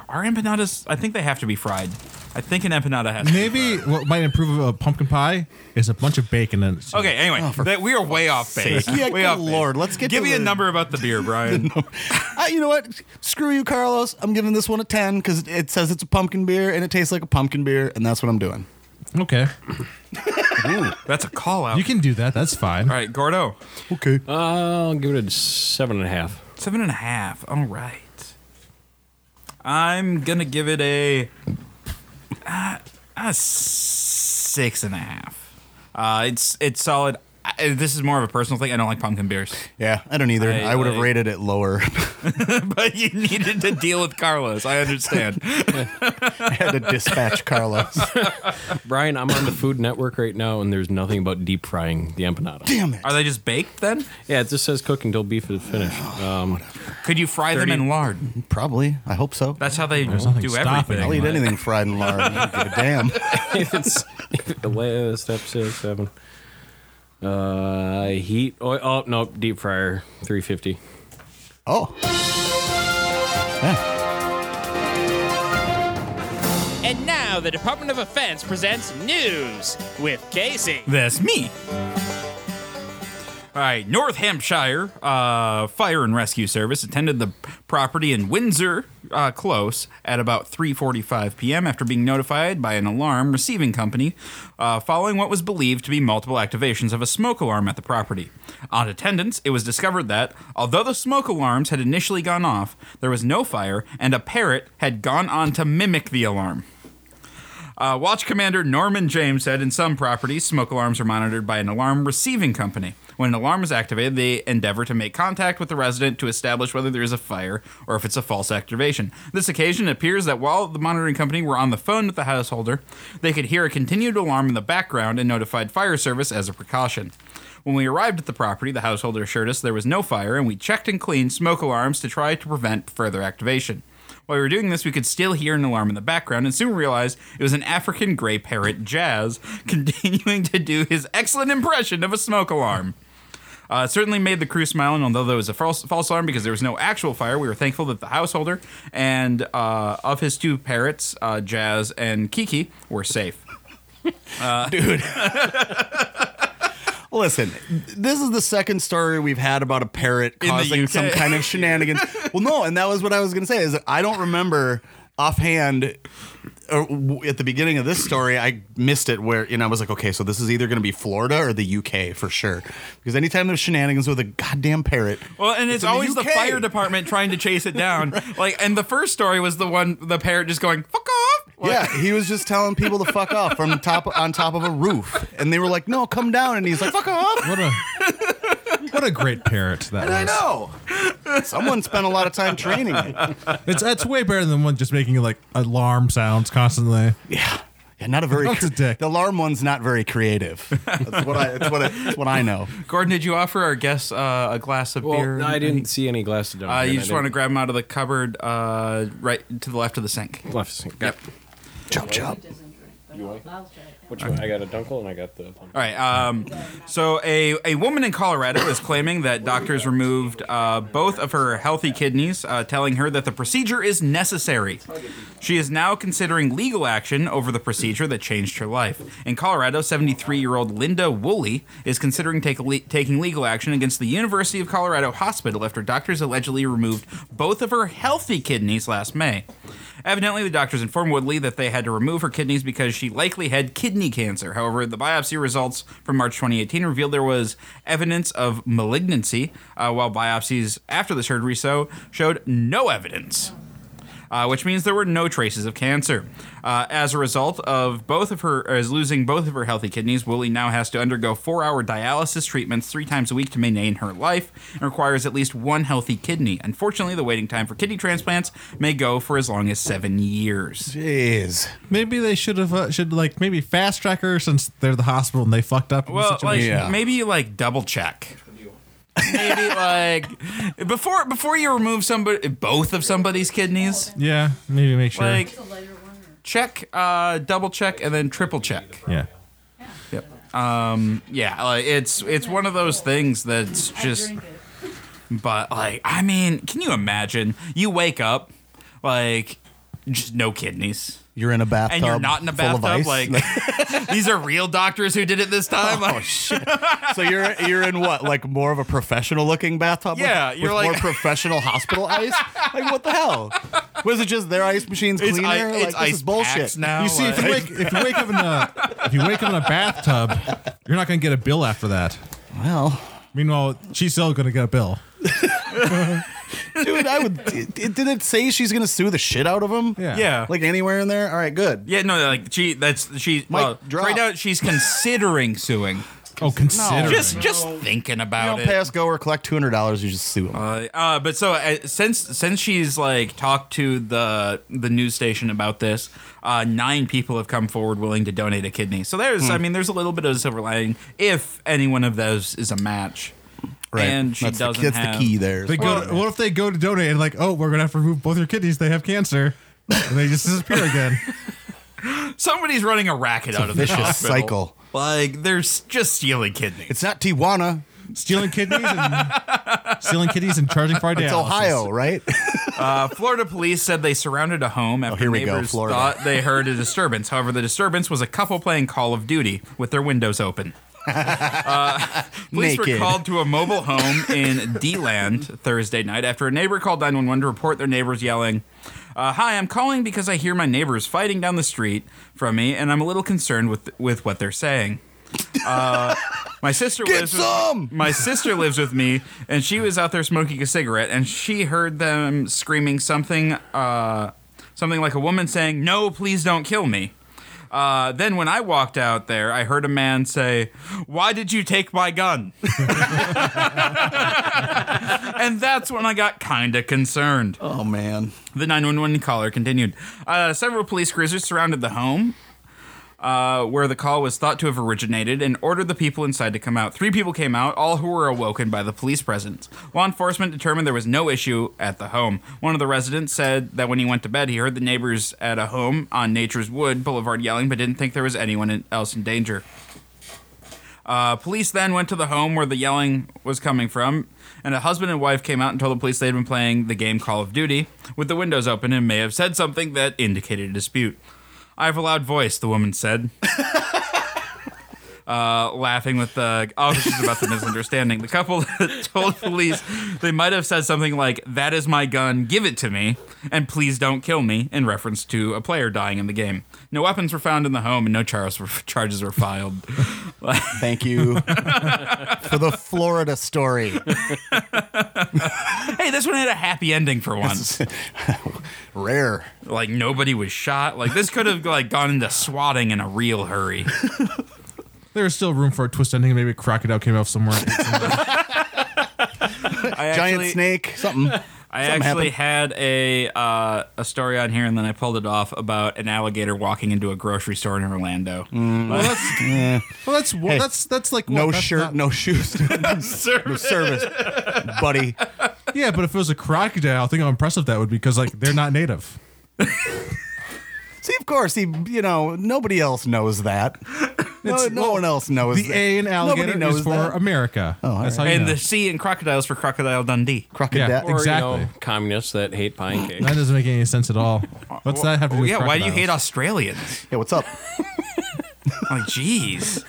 are empanadas. I think they have to be fried. I think an empanada has. to be fried. Maybe what might improve a pumpkin pie is a bunch of bacon in it. Okay. Anyway, that, we are way off base. Yeah, way good off base. Lord, let's get Give to me a the- number about the beer, Brian. Uh, you know what? Screw you, Carlos. I'm giving this one a 10 because it says it's a pumpkin beer and it tastes like a pumpkin beer, and that's what I'm doing. okay. That's a call out. You can do that. That's fine. All right, Gordo, Okay. uh, I'll give it a seven and a half. seven and a half. All right. I'm gonna give it a uh, a six and a half. Uh, it's it's solid. I, this is more of a personal thing. I don't like pumpkin beers. Yeah, I don't either. I, I, would have like- rated it lower. but you needed to deal with Carlos. I understand. I had to dispatch Carlos. Brian, I'm on the Food Network right now, and there's nothing about deep frying the empanada. Damn it. Are they just baked then? Yeah, it just says cook until beef is finished. Um, Could you fry them in lard? Probably. I hope so. That's how they nothing do stopping I'll everything. it. eat anything fried and lard. I don't give a Damn. if it's if it delays, step six, seven. Uh, heat. Oh, oh no, deep fryer, 350. Oh. And now the Department of Defense presents news with Casey. That's me. All right, North Hampshire uh, Fire and Rescue Service attended the property in Windsor uh, Close at about 3:45 p.m. after being notified by an alarm receiving company uh, following what was believed to be multiple activations of a smoke alarm at the property. On attendance, it was discovered that although the smoke alarms had initially gone off, there was no fire, and a parrot had gone on to mimic the alarm. Uh, Watch Commander Norman James said in some properties, smoke alarms are monitored by an alarm receiving company. When an alarm is activated, they endeavor to make contact with the resident to establish whether there is a fire or if it's a false activation. This occasion, it appears that while the monitoring company were on the phone with the householder, they could hear a continued alarm in the background and notified fire service as a precaution. When we arrived at the property, the householder assured us there was no fire, and we checked and cleaned smoke alarms to try to prevent further activation. While we were doing this, we could still hear an alarm in the background and soon realized it was an African gray parrot, Jazz, continuing to do his excellent impression of a smoke alarm. Uh, it certainly made the crew smile, and although there was a false, false alarm because there was no actual fire, we were thankful that the householder and uh, of his two parrots, uh, Jazz and Kiki, were safe. dude. Listen, this is the second story we've had about a parrot the causing UK. some kind of shenanigans. well, no, and that was what I was going to say is that I don't remember offhand or w- at the beginning of this story I missed it where you know I was like okay so this is either going to be Florida or the UK for sure because anytime there's shenanigans with a goddamn parrot Well, and it's, in the always the, UK. fire department trying to chase it down. Like, and the first story was the one the parrot just going "fuck off." Like, yeah he was just telling people to fuck off from top on top of a roof and they were like no come down and he's like fuck off What a what a great parrot that was. I know. Someone spent a lot of time training it. It's that's way better than one just making like alarm sounds constantly. Yeah. Yeah, not a very. That's a dick. The alarm one's not very creative. That's what I. That's what I, that's what I know. Gordon, did you offer our guests uh, a glass of Well, beer? I didn't see any glass of Uh, you just want to grab them out of the cupboard, uh, right to the left of the sink. left. Yep. Chop chop. Which one? I got a dunkel and I got the. All right. Um, so a, a woman in Colorado is claiming that doctors removed uh, both of her healthy kidneys, uh, telling her that the procedure is necessary. She is now considering legal action over the procedure that changed her life. In Colorado, 73-year-old Linda Woolley is considering take le- taking legal action against the University of Colorado Hospital after doctors allegedly removed both of her healthy kidneys last May. Evidently, the doctors informed Woodley that they had to remove her kidneys because she likely had kidney cancer. However, the biopsy results from March 2018 revealed there was evidence of malignancy, uh, while biopsies after the surgery so showed no evidence. Uh, which means there were no traces of cancer. Uh, as a result of both of her as losing both of her healthy kidneys, Woolley now has to undergo four-hour dialysis treatments three times a week to maintain her life, and requires at least one healthy kidney. Unfortunately, the waiting time for kidney transplants may go for as long as seven years. Jeez. Maybe they should have uh, should like maybe fast track her since they're the hospital and they fucked up. in the Well, like situation. Yeah. maybe like double check. Maybe like before before you remove somebody both of somebody's kidneys, yeah, maybe make sure. like check, uh, double check, and then triple check. yeah, Yep. Um, yeah, like it's it's one of those things that's just. But like, I mean, can you imagine? You wake up, like, just no kidneys, You're in a bathtub. and you're not in a full of bathtub. ice. Like, these are real doctors who did it this time. Oh shit! So you're you're in what like more of a professional looking bathtub? with- Yeah, with, you're like- more professional hospital ice. Like what the hell? Was it just their ice machines It's cleaner? i- like, it's this ice is bullshit. packs now. you see if you like- wake if you wake up in a if you wake up in a bathtub, you're not gonna get a bill after that. Well, Meanwhile, she's still gonna get a bill. dude, I would. It, it, did it say she's gonna sue the shit out of him? Yeah. yeah, Like anywhere in there? All right, good. Yeah, no, like she that's she Mic well, drop. right now she's considering suing. Oh, consider Just just thinking You about don't it. pass go or collect two hundred dollars. You just sue him. Uh, uh, but so uh, since since she's like talked to the the news station about this, uh, nine people have come forward willing to donate a kidney. So there's Hmm. I mean there's a little bit of silver lining if any one of those is a match. And she that's doesn't The, that's have- the key there. They go. To, what if they go to donate and like, oh, we're gonna have to remove both your kidneys. They have cancer, and they just disappear again. Somebody's running a racket out of vicious the hospital. cycle. Like they're s- just stealing kidneys. it's not Tijuana. Stealing kidneys, and stealing kidneys, and charging for It's Ohio, right? Uh, Florida police said they surrounded a home after Oh, here we go, neighbors Florida. thought they heard a disturbance. However, the disturbance was a couple playing Call of Duty with their windows open. Uh, Police were Naked. called to a mobile home in D-Land Thursday night after a neighbor called 911 to report their neighbors yelling, uh, "Hi, I'm calling because I hear my neighbors fighting down the street from me, and I'm a little concerned with with what they're saying." Uh, my sister Get lives some! With, my sister lives with me, and she was out there smoking a cigarette, and she heard them screaming something, uh, something like a woman saying, "No, please don't kill me." Uh, then when I walked out there, I heard a man say, "Why did you take my gun?" and that's when I got kinda concerned. oh man, The 911 caller continued. Uh, several police cruisers surrounded the home uh, where the call was thought to have originated and ordered the people inside to come out. Three people came out, all who were awoken by the police presence. Law enforcement determined there was no issue at the home. One of the residents said that when he went to bed, he heard the neighbors at a home on Nature's Wood Boulevard yelling, but didn't think there was anyone in- else in danger. Uh, police then went to the home where the yelling was coming from, and a husband and wife came out and told the police they'd been playing the game Call of Duty with the windows open and may have said something that indicated a dispute. I have a loud voice, the woman said. Uh, laughing with the officers about the misunderstanding. The couple told police they might have said something like, That is my gun, give it to me, and please don't kill me, in reference to a player dying in the game. No weapons were found in the home and no charges were, charges were filed. Thank you for the Florida story. hey, this one had a happy ending for once. Rare. like, nobody was shot. Like, this could have like gone into swatting in a real hurry. There's still room for a twist ending. Maybe a crocodile came off somewhere. I Giant actually- snake, something. I Something actually had a uh, a story on here, and then I pulled it off about an alligator walking into a grocery store in Orlando. Mm. well, that's well, that's that's like well, No that's shirt, not- no shoes, no service, buddy. Yeah, but if it was a crocodile, think how impressive that would be because like they're not native. See, of course, he, you know, nobody else knows that. No, no one else knows The that. A in alligator Nobody knows is for that. America. Oh, that's how you and know. the C in crocodiles for crocodile Dundee. crocodile. yeah, Or, exactly. you know, communists that hate pine cake. That doesn't make any sense at all. What's that have to do? Oh, with yeah, why do you hate crocodiles? Australians? Yeah, what's up? Like, jeez.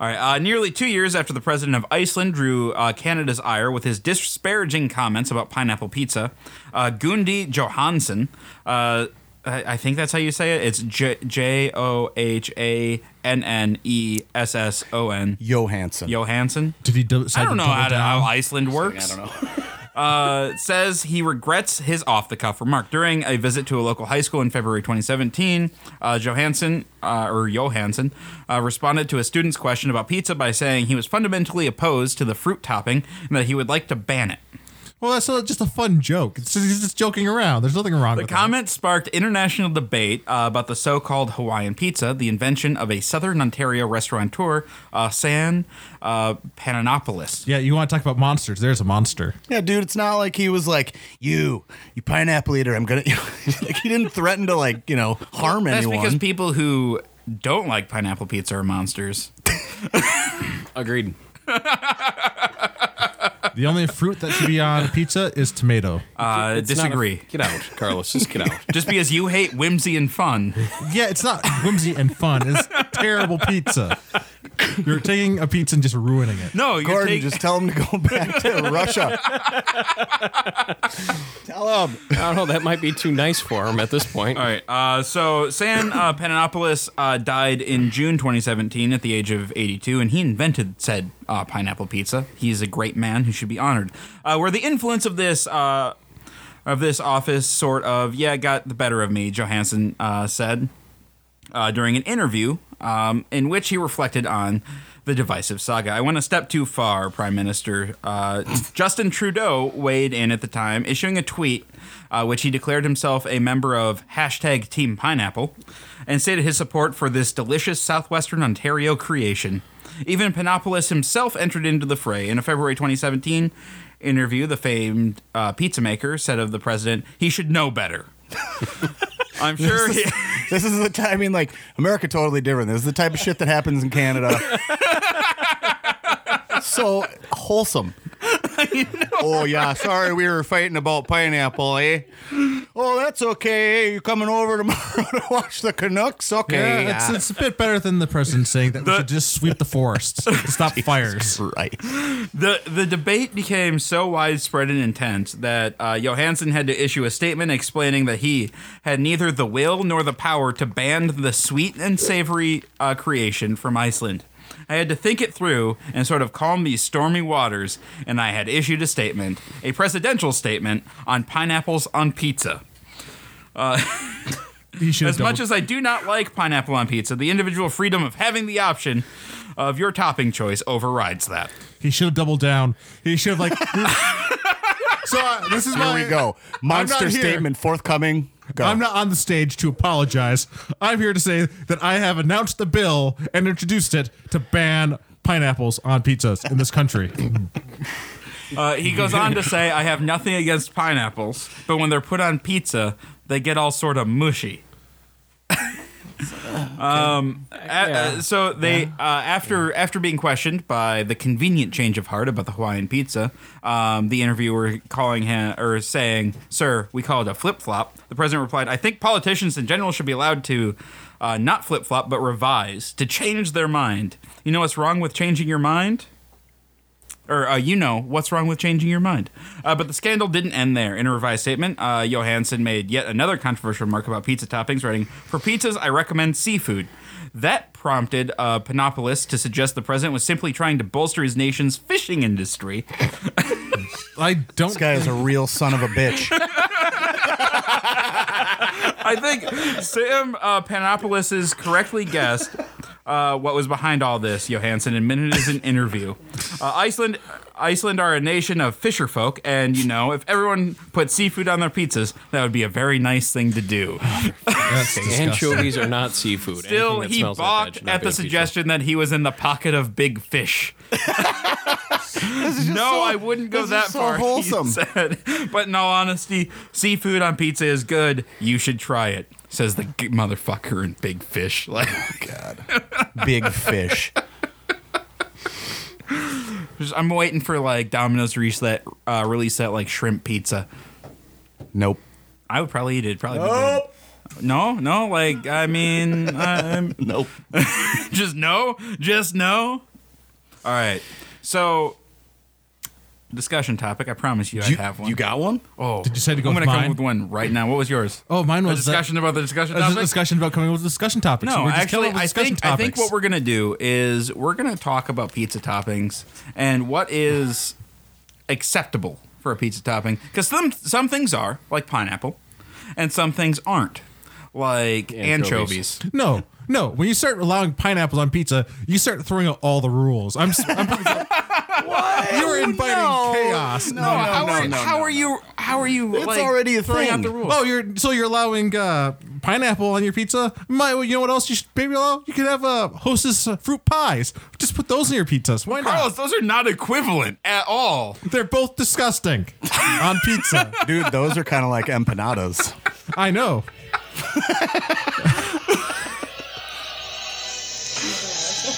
All right. Uh, nearly two years after the president of Iceland drew uh, Canada's ire with his disparaging comments about pineapple pizza, uh, Gundi Johansson, uh, I, I think that's how you say it. It's J O H A N N E S S O N. Johansson. Johansson. Did he? Do- I don't know how, to, how Iceland works. I don't know. Uh, says he regrets his off the cuff remark during a visit to a local high school in February 2017. Uh, Johansson uh, or Johansson uh, responded to a student's question about pizza by saying he was fundamentally opposed to the fruit topping and that he would like to ban it. Well, that's uh, just a fun joke. It's just, he's just joking around. There's nothing wrong. The with comment sparked international debate uh, about the so called Hawaiian pizza, the invention of a southern Ontario restaurateur, uh, San uh, Pananopoulos. That. Yeah, you want to talk about monsters? There's a monster. Yeah, dude, it's not like he was like, you, you pineapple eater, I'm gonna. like, he didn't threaten to, like, you know, harm That's anyone. because people who don't like pineapple pizza are monsters. Agreed. The only fruit that should be on pizza is tomato. Uh, It's not a- disagree. get out, Carlos. Just get out. Just because you hate whimsy and fun. Yeah, it's not whimsy and fun. It's terrible pizza. You're taking a pizza and just ruining it. No, you're Gordon, take- just tell him to go back to Russia. tell him. I don't know. That might be too nice for him at this point. All right. Uh, so San uh, Pananopoulos uh, died in June 2017 at the age of 82, and he invented said uh, pineapple pizza. He's a great man who should be honored. Uh, where the influence of this uh, of this office sort of yeah got the better of me, Johansson uh, said uh, during an interview um, in which he reflected on the divisive saga. I went a step too far, Prime Minister. Uh, Justin Trudeau weighed in at the time, issuing a tweet uh, which he declared himself a member of hashtag Team Pineapple and stated his support for this delicious southwestern Ontario creation. Even Panopoulos himself entered into the fray in a February 2017 interview. The famed uh, pizza maker said of the president, "He should know better." I'm sure he. This is the type, I mean, like, America totally different. This is the type of shit that happens in Canada. so wholesome. Oh, yeah. Sorry, we were fighting about pineapple, eh? Oh, that's okay. You coming over tomorrow to watch the Canucks? Yeah, Okay. It's, it's a bit better than the president saying that we should just sweep the forests, stop fires. right. The the debate became so widespread and intense that uh, Johansson had to issue a statement explaining that he had neither the will nor the power to ban the sweet and savory uh, creation from Iceland. I had to think it through and sort of calm these stormy waters, and I had issued a statement, a presidential statement on pineapples on pizza. He should As much as I do not like pineapple on pizza, the individual freedom of having the option of your topping choice overrides that. He should have doubled down. He should have like. so uh, this is my. Here we go. Monster here. statement forthcoming. Go. I'm not on the stage to apologize. I'm here to say that I have announced the bill and introduced it to ban pineapples on pizzas in this country. Uh, he goes on to say, "I have nothing against pineapples, but when they're put on pizza, they get all sort of mushy." Um, a- uh, so they uh, after after being questioned by the convenient change of heart about the Hawaiian pizza, um, the interviewer calling him or saying, "Sir, we call it a flip flop." The president replied, "I think politicians in general should be allowed to." Uh, not flip flop, but revise to change their mind. You know what's wrong with changing your mind? or uh, you know what's wrong with changing your mind. Uh, but the scandal didn't end there. In a revised statement, uh, Johansson made yet another controversial remark about pizza toppings, writing, "For pizzas, I recommend seafood." That prompted uh, Panopoulos to suggest the president was simply trying to bolster his nation's fishing industry. I don't. This guy is a real son of a bitch. I think Sam uh, Panopoulos is correctly guessed uh, what was behind all this. Johansson admitted in an interview. Uh, Iceland, Iceland are a nation of fisher folk, and you know, if everyone put seafood on their pizzas, that would be a very nice thing to do. That's disgusting. Anchovies are not seafood. Still, Anything that he smells like that balked should not at be the on pizza. suggestion that he was in the pocket of big fish. no, I wouldn't go this is that so far. he wholesome. said. But in all honesty, seafood on pizza is good. You should try it. Says the g- motherfucker in Big Fish. Like, Big fish. just- I'm waiting for like Domino's to reach that uh, release that like shrimp pizza. Nope. I would probably eat it. It'd Probably nope. No, no. Like, I mean, I'm Nope. just no, just no. All right. So, discussion topic. I promise you, I have one. You got one? Oh, did you say to go I'm with gonna come mine? with one right now. What was yours? Oh, mine a was that- discussion about the discussion It was topic. a discussion about coming up with discussion topics. no, We're just actually, coming up with I discussion think I think what topics. we're gonna do is we're gonna talk about pizza toppings and what is acceptable for a pizza topping because some some things are like pineapple, and some things aren't like anchovies. Anchovies. No, no. When you start allowing pineapples on pizza, you start throwing out all the rules. I'm. s- I'm You're inviting chaos. Oh, No, how, are, how are you? How are you? It's like, already a throwing out thing. the rules. Oh, you're so you're allowing uh, pineapple on your pizza. My, well, you know what else you should maybe allow? You could have uh, Hostess uh, fruit pies. Just put those in your pizzas. Why not? Carlos, those are not equivalent at all. They're both disgusting on pizza. Dude, those are kind of like empanadas. I know.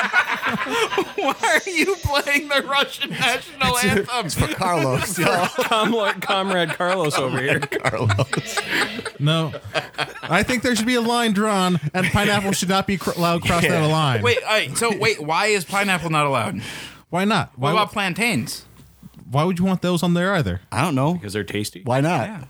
Why are you playing the Russian national It's anthem? for Carlos. Comla- Comrade Carlos over here. Carlos. No, I think there should be a line drawn, and pineapple should not be cr- allowed cross Yeah. that line. Wait, all right, so wait, why is pineapple not allowed? why not? Why, What about plantains? why would you want those on there either? I don't know. Because they're tasty. Why not? Yeah.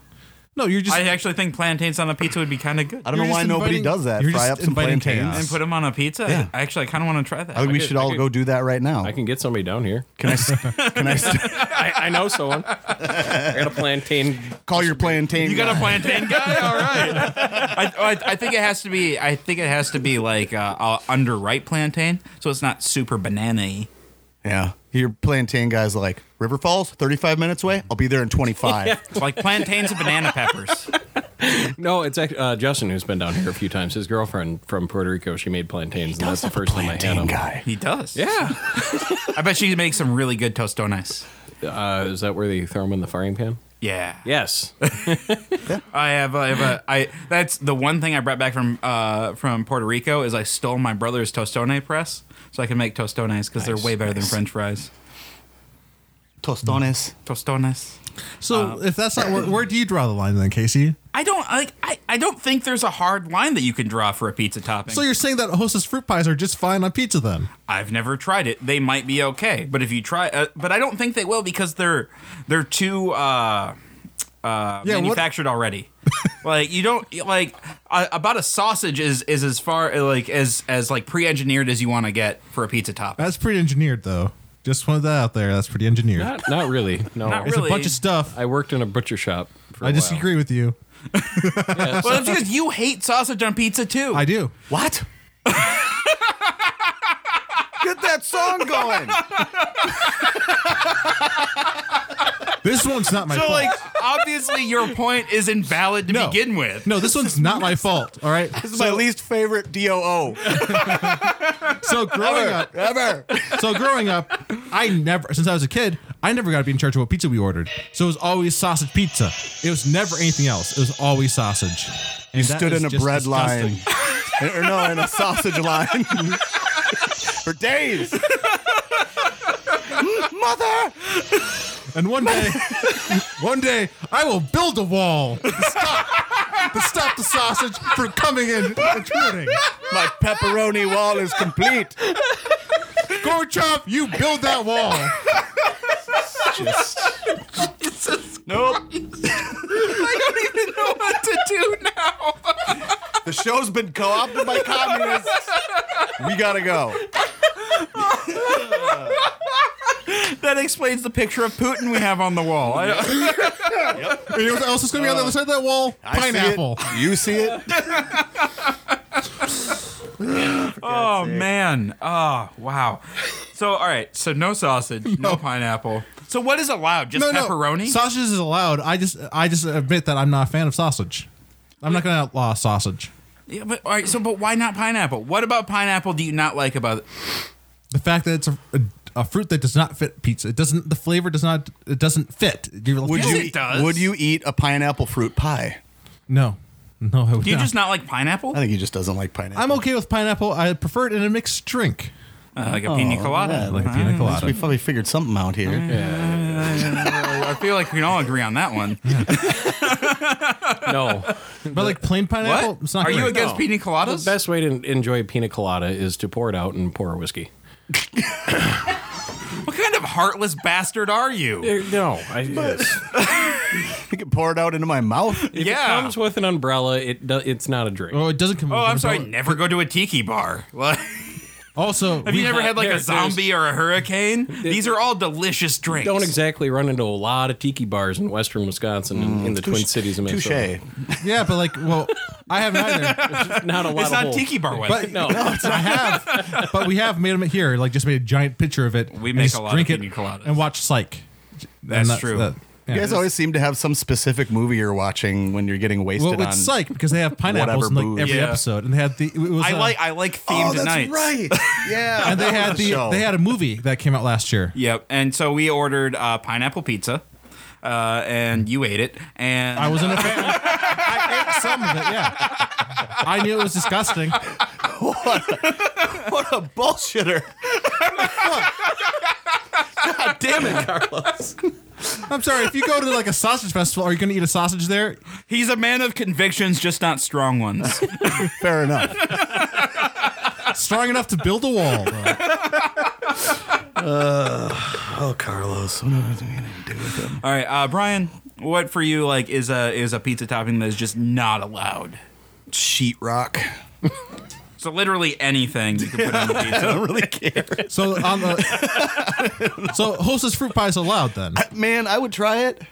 No, you're just I actually think plantains on a pizza would be kind of good. I don't You're know why just nobody inviting- does that. you're Fry just up some inviting plantains. chaos. And put them on a pizza? Yeah. Actually, I kind of want to try that. I think we could- should I all could- go do that right now. I can get somebody down here. Can I, s- can I s- I, I know someone. I got a plantain. call your plantain? you got a guy? plantain guy? All right. I, oh, I, I think it has to be. I think it has to be like uh, uh, underripe plantain, so it's not super banana-y. Yeah. Your plantain guy's like, River Falls, 35 minutes away. I'll be there in 25. It's like plantains and banana peppers. No, it's act- uh, Justin who's been down here a few times. His girlfriend from Puerto Rico, she made plantains, and that's the first time I had them. Plantain guy. He does. Yeah. I bet she can make some really good tostones. Uh, is that where they throw them in the frying pan? Yeah. Yes. I have, I have a, I, that's the one thing I brought back from, uh, from Puerto Rico is I stole my brother's tostone press so I can make tostones because they're way better than french fries. Tostones. Tostones. So if that's not where, where do you draw the line then, Casey? I don't like, I, I don't think there's a hard line that you can draw for a pizza topping. So you're saying that Hostess fruit pies are just fine on pizza then? I've never tried it. They might be okay, but if you try, uh, but I don't think they will because they're, they're too, uh, yeah. what- manufactured already. like you don't like uh, about a sausage is is as far uh, like as as like pre-engineered as you want to get for a pizza topping. that's pretty engineered though. Just wanted that out there. That's pretty engineered. Not, not really. No. Not it's really. a bunch of stuff. I worked in a butcher shop. For a I while. disagree with you. Well, that's because you hate sausage on pizza too. I do. What? Get that song going. This one's not my so fault. like obviously your point is invalid to No. begin with. no, this one's not my fault. All right. This is my least favorite DOO So growing up, ever. so growing up, I never, since I was a kid, I never got to be in charge of what pizza we ordered. So it was always sausage pizza. It was never anything else. It was always sausage. You And that stood is in a just bread disgusting. line, or no, in a sausage line for days. Mother, And one day, one day, I will build a wall to stop, to stop the sausage from coming in and intruding. my pepperoni wall is complete. Gorchop, you build that wall. Nope, don't even know what to do now. the show's been co-opted by communists. We gotta go. That explains the picture of Putin we have on the wall. I don't- And you know what else is going to be on the other side of that wall? I see it. Pineapple. You see it? oh man. Oh wow. So all right. So no sausage, no, pineapple. So what is allowed? Just pepperoni? Sausages is allowed. I just, I just admit that I'm not a fan of sausage. I'm not going to outlaw sausage. yeah, but all right. So but why not pineapple? What about pineapple do you not like about it? The fact that it's a, a, a fruit that does not fit pizza. It doesn't. The flavor does not. It doesn't fit. You're like, Would Yes, you? it does. Would you eat a pineapple fruit pie? No, no. I would Do you not. just not like pineapple? I think he just doesn't like pineapple. I'm okay with pineapple. I prefer it in a mixed drink. Uh, like a pina colada. yeah, like Like pina colada. We probably figured something out here. I feel like we can all agree on that one. No. But like plain pineapple, What? it's not Are you great. against pina the coladas? best way to enjoy a pina colada is to pour it out and pour a whiskey. What kind of heartless bastard are you? No. I, You can pour it out into my mouth. If Yeah. it comes with an umbrella, it do, it's not a drink. Oh, it doesn't come. Oh, I'm sorry. Never go to a tiki bar. Like, Also, have you never had like a There- there's- zombie or a hurricane? These are all delicious drinks. Don't exactly run into a lot of tiki bars in western Wisconsin Mm, and in the Twin Cities of Touche. Minnesota. It's Yeah, but like, well, I haven't either. Not a lot It's of not holes. tiki bar weather. But No. I have. But we have made them here. Like, just made a giant picture of it. We and make just a lot of drink it pina coladas. and watch Psych. That's And true. yeah. You guys always seem to have some specific movie you're watching when you're getting wasted Well, on. it's Psych because they have pineapples in like booze. every Yeah. episode, and they had the. It was, I uh, like I like themed oh, that's nights. right. Yeah. And they that had was the. show. They had a movie that came out last year. Yep. And so we ordered uh, pineapple pizza, uh, and you ate it. And I wasn't a fan. I ate some of it. Yeah, I knew it was disgusting. what a bullshitter. God damn it, Carlos. I'm sorry. If you go to like a sausage festival, are you going to eat a sausage there? he's a man of convictions, just not strong ones. Fair enough. Strong enough to build a wall. though. Oh, Carlos. What am I gonna do with him? all right, uh, Brian. What for you like is a is a pizza topping that is just not allowed. Sheetrock. So literally anything you can put on the pizza. I don't really care. So on the so hostess fruit pie is allowed then. Man, I would try it.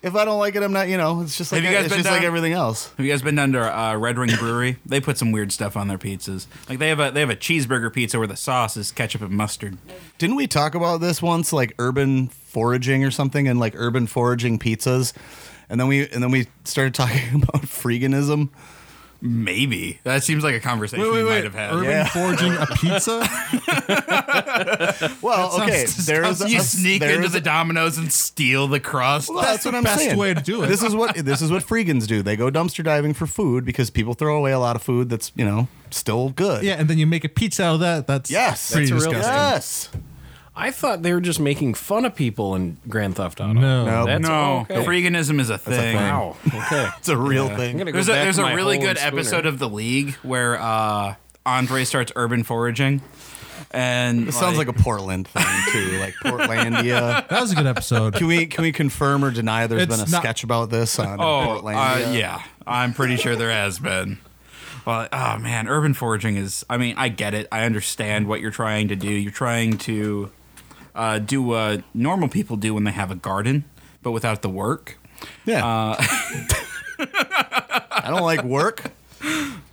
If I don't like it, I'm not, you know, it's just like, Have you guys it's been just like down- everything else. Have you guys been down to uh, Red Ring Brewery? They put some weird stuff on their pizzas. Like they have a they have a cheeseburger pizza where the sauce is ketchup and mustard. Didn't we talk about this once, like urban foraging or something, and like urban foraging pizzas, and then we and then we started talking about freeganism. Maybe that seems like a conversation we might have had. Urban Yeah. forging a pizza? Well, sounds okay, there is a, You sneak there into is the Domino's and steal the crust. Well, that's, the what I'm best saying. way to do it. This is what this is what freegans do. They go dumpster diving for food because people throw away a lot of food that's you know still good. Yeah, and then you make a pizza out of that. That's Yes. pretty That's a real- disgusting. Yes. I thought they were just making fun of people in Grand Theft Auto. Oh, No. No. That's no, okay. freeganism is a thing. Wow. Okay. It's a real thing. I'm gonna go There's a back there's to a my really hole good and schooner. episode of The League where uh, Andre starts urban foraging, and It sounds like a Portland thing too, like Portlandia. That was a good episode. Can we can we confirm or deny There's It's been a not- sketch about this on Oh, Portlandia? uh, yeah. I'm pretty sure there has been. Well, oh man, urban foraging is. I mean, I get it. I understand what you're trying to do. You're trying to uh, do what normal people do when they have a garden, but without the work. Yeah. Uh, I don't like work.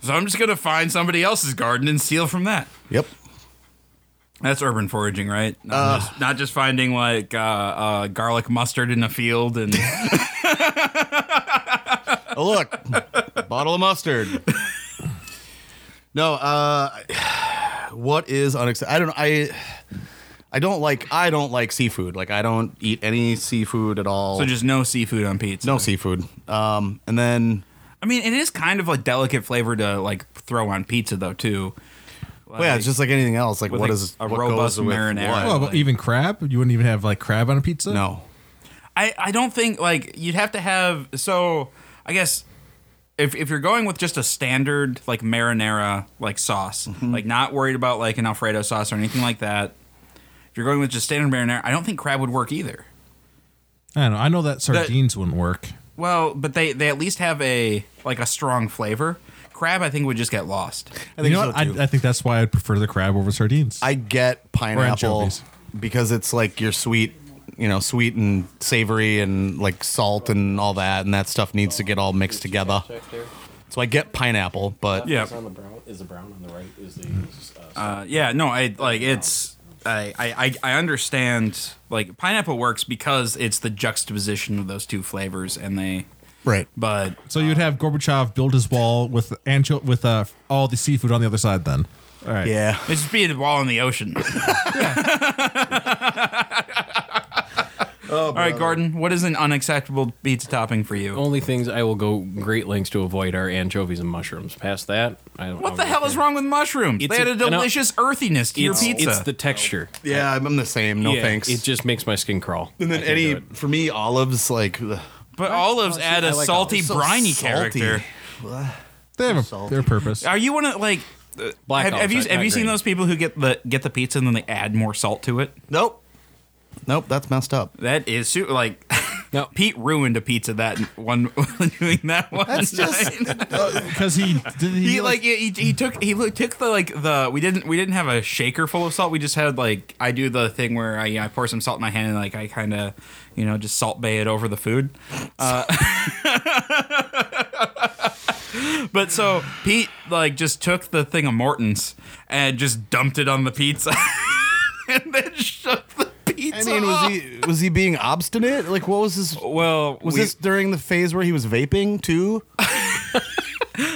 So I'm just gonna find somebody else's garden and steal from that. Yep. That's urban foraging, right? Not, Uh. just, not just finding like uh, uh, garlic mustard in a field and Oh, look, bottle of mustard. No, uh, what is unacceptable? I don't know. I I don't like I don't like seafood. Like I don't eat any seafood at all. So just no seafood on pizza. no seafood. Um, and then I mean, it is kind of like delicate flavor to like throw on pizza though too. well, yeah, it's just like anything else. Like with what a- is a what robust goes with marinara. what? Well, Well, like- but even crab? You wouldn't even have like crab on a pizza? No, I, I don't think like you'd have to have so I guess if if you're going with just a standard like marinara like sauce, Mm-hmm. like not worried about like an alfredo sauce or anything like that. If you're going with just standard marinara, I don't think crab would work either. I don't know. I know that sardines wouldn't work. Well, but they they at least have a like a strong flavor. Crab I think would just get lost. I you think know so what? too. I, I think that's why I'd prefer the crab over sardines. I get pineapple anchovies. because it's like your sweet, you know, sweet and savory and like salt and all that, and that stuff needs to get all mixed together. So I get pineapple, but Yeah. the brown is the brown on the right is the Uh, yeah, no, I like it's I, I I I understand like pineapple works because it's the juxtaposition of those two flavors and they right. but so you'd have Gorbachev build his wall with ancho- with uh, all the seafood on the other side then. All right. Yeah, It's just be a wall in the ocean. Oh, All right, Gordon, what is an unacceptable pizza topping for you? only things I will go great lengths to avoid are anchovies and mushrooms. Past that, I don't. what the hell is wrong with mushrooms? It's they had a- a delicious earthiness to your It's, pizza. it's the texture. yeah, I'm the same. No Yeah, thanks. It just makes my skin crawl. and then I can't do any it. for me olives like ugh, but olives add a Oh, I like salty, olives. so briny salty. character. They have a, Salty. their purpose. Are you one of like? uh, Black have, have olives, you not- have not you seen green. those people who get the get the pizza and then they add more salt to it? Nope, nope, that's messed up. That is su- like. No. Pete ruined a pizza that one doing that one. That's just- night. Because Uh, he did he, He like he, he took he look- took the like the we didn't we didn't have a shaker full of salt. We just had like I do the thing where I, you know, I pour some salt in my hand and like I kind of you know just salt bay it over the food. Uh, but so Pete like just took the thing of Morton's and just dumped it on the pizza and then shook the pizza. I mean, was off. he was he being obstinate? Like, what was this? well Was we- this during the phase where he was vaping too?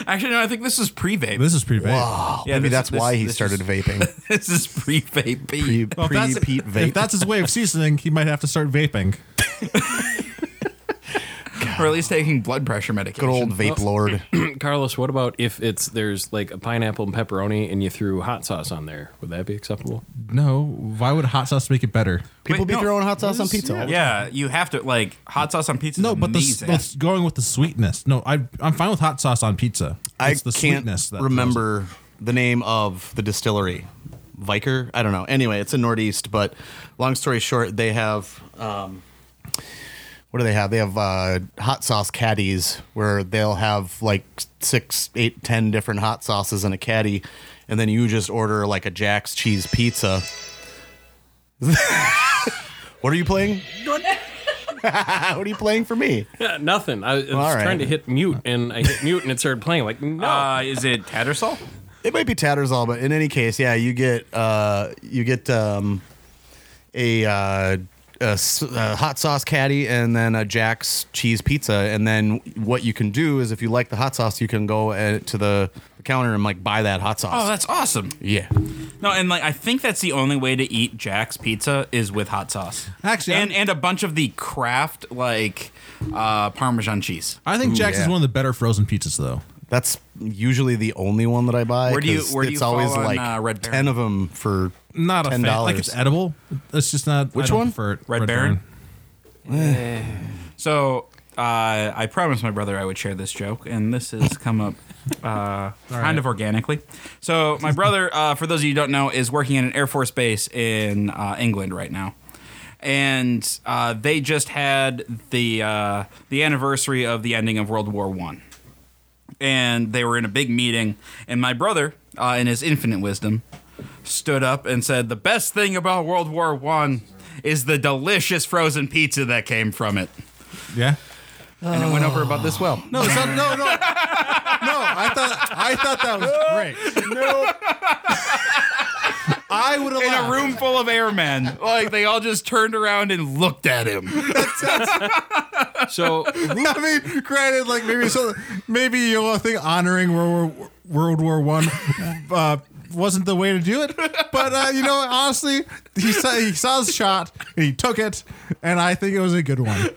actually no? I think this is pre-vape. this is pretty bad. Wow, Yeah, Oh, maybe this- that's this- why he this started is- vaping. This is pre-vape. Pete. Pre, Well, if, that's, Pete vape. if that's his way of seasoning, he might have to start vaping. or at least taking blood pressure medication. Good old vape lord. Carlos, what about if it's there's like a pineapple and pepperoni and you threw hot sauce on there? Would that be acceptable? No, why would hot sauce make it better? People Wait, be no. throwing hot sauce on pizza. all the Yeah, you have to like hot sauce on pizza. No, is but the, amazing. the going with the sweetness. No, I I'm fine with hot sauce on pizza. I It's the can't sweetness that remember the name of the distillery. Viker? I don't know. Anyway, it's in Northeast, but long story short, they have um, what do they have? They have uh, hot sauce caddies where they'll have like six, eight, ten different hot sauces in a caddy, and then you just order like a Jack's cheese pizza. what are you playing? what are you playing for me? Yeah, nothing. I, I was all right. trying to hit mute and I hit mute and it started playing. Like no, uh, is it Tattersall? It might be Tattersall, but in any case, yeah, you get uh, you get um, a, uh, a s- a hot sauce caddy and then a Jack's cheese pizza, and then what you can do is if you like the hot sauce, you can go uh, to the, the counter and like buy that hot Oh, sauce. that's awesome. yeah, No, and like I think that's the only way to eat Jack's pizza is with hot sauce. Actually, and I'm- and a bunch of the craft like uh, Parmesan cheese. I think Jack's yeah. is one of the better frozen pizzas though. that's usually the only one that I buy. Where do you- 'cause where do you it's always fall on, like uh, Red Baron? ten of them for Not a ten fan. Like dollars. it's edible. It's just not. Which I don't one? Prefer it. Red Baron? So uh, I promised my brother I would share this joke, and this has come up uh, kind of organically. So my brother, uh, for those of you who don't know, is working at an Air Force base in uh, England right now, and uh, they just had the uh, the anniversary of the ending of World War One and they were in a big meeting. And my brother, uh, in his infinite wisdom, stood up and said, "The best thing about World War One is the delicious frozen pizza that came from it." Yeah. And it went over about this well. No, it's not, no, no, no. I thought I thought that was great. No. I would have In a room full of airmen, like they all just turned around and looked at him. so I mean, granted, like maybe so, maybe you know, I think honoring World War, World War One uh, wasn't the way to do it. But uh, you know, honestly, he saw, he saw his shot and he took it, and I think it was a good one.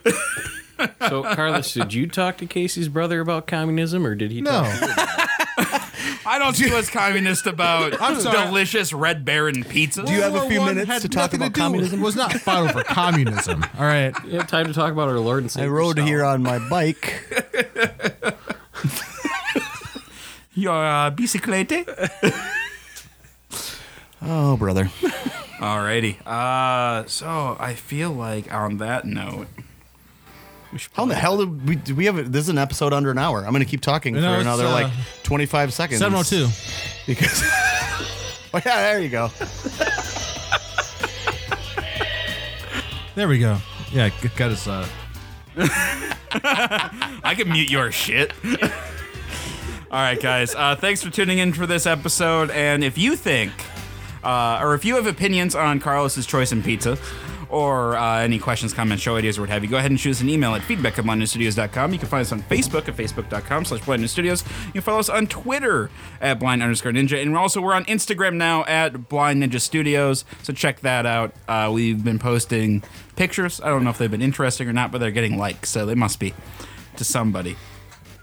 So, Carlos, did you talk to Casey's brother about communism, or did he? No, talk I don't see what's communist about I'm sorry. delicious Red Baron pizza. you have a World few War One minutes had to talk nothing about do- communism? Was not fought over communism. All right, You have time to talk about our Lord and I Savior. rode Stalin. here on my bike. Your uh, bicicleta? Oh, brother. Alrighty. Uh, so I feel like on that note, How in the hell did we, do we have? A, this is an episode under an hour. I'm going to keep talking No, for it's, another uh, like 25 seconds. seven oh two. Because. oh, yeah, there you go. There we go. Yeah, g- got his. Uh, I can mute your shit. All right, guys. Uh, thanks for tuning in for this episode. And if you think, uh, or if you have opinions on Carlos's choice in pizza, or uh, any questions, comments, show ideas, or what have you, go ahead and shoot us an email at feedback at blindnewstudios.com. You can find us on Facebook at facebook.com slash blind News studios. You can follow us on Twitter at blind underscore ninja. And we're also we're on Instagram now at blind ninja studios. So check that out. Uh, we've been posting pictures. I don't know if they've been interesting or not, but they're getting likes. So they must be to somebody.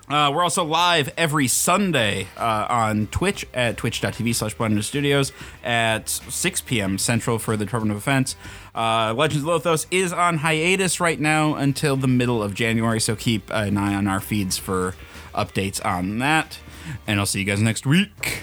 Uh, we're also live every Sunday uh, on Twitch at twitch.tv slash Blender Studios at 6 p.m. Central for the Department of Defense. Uh, Legends of Lothos is on hiatus right now until the middle of January, so keep an eye on our feeds for updates on that. And I'll see you guys next week.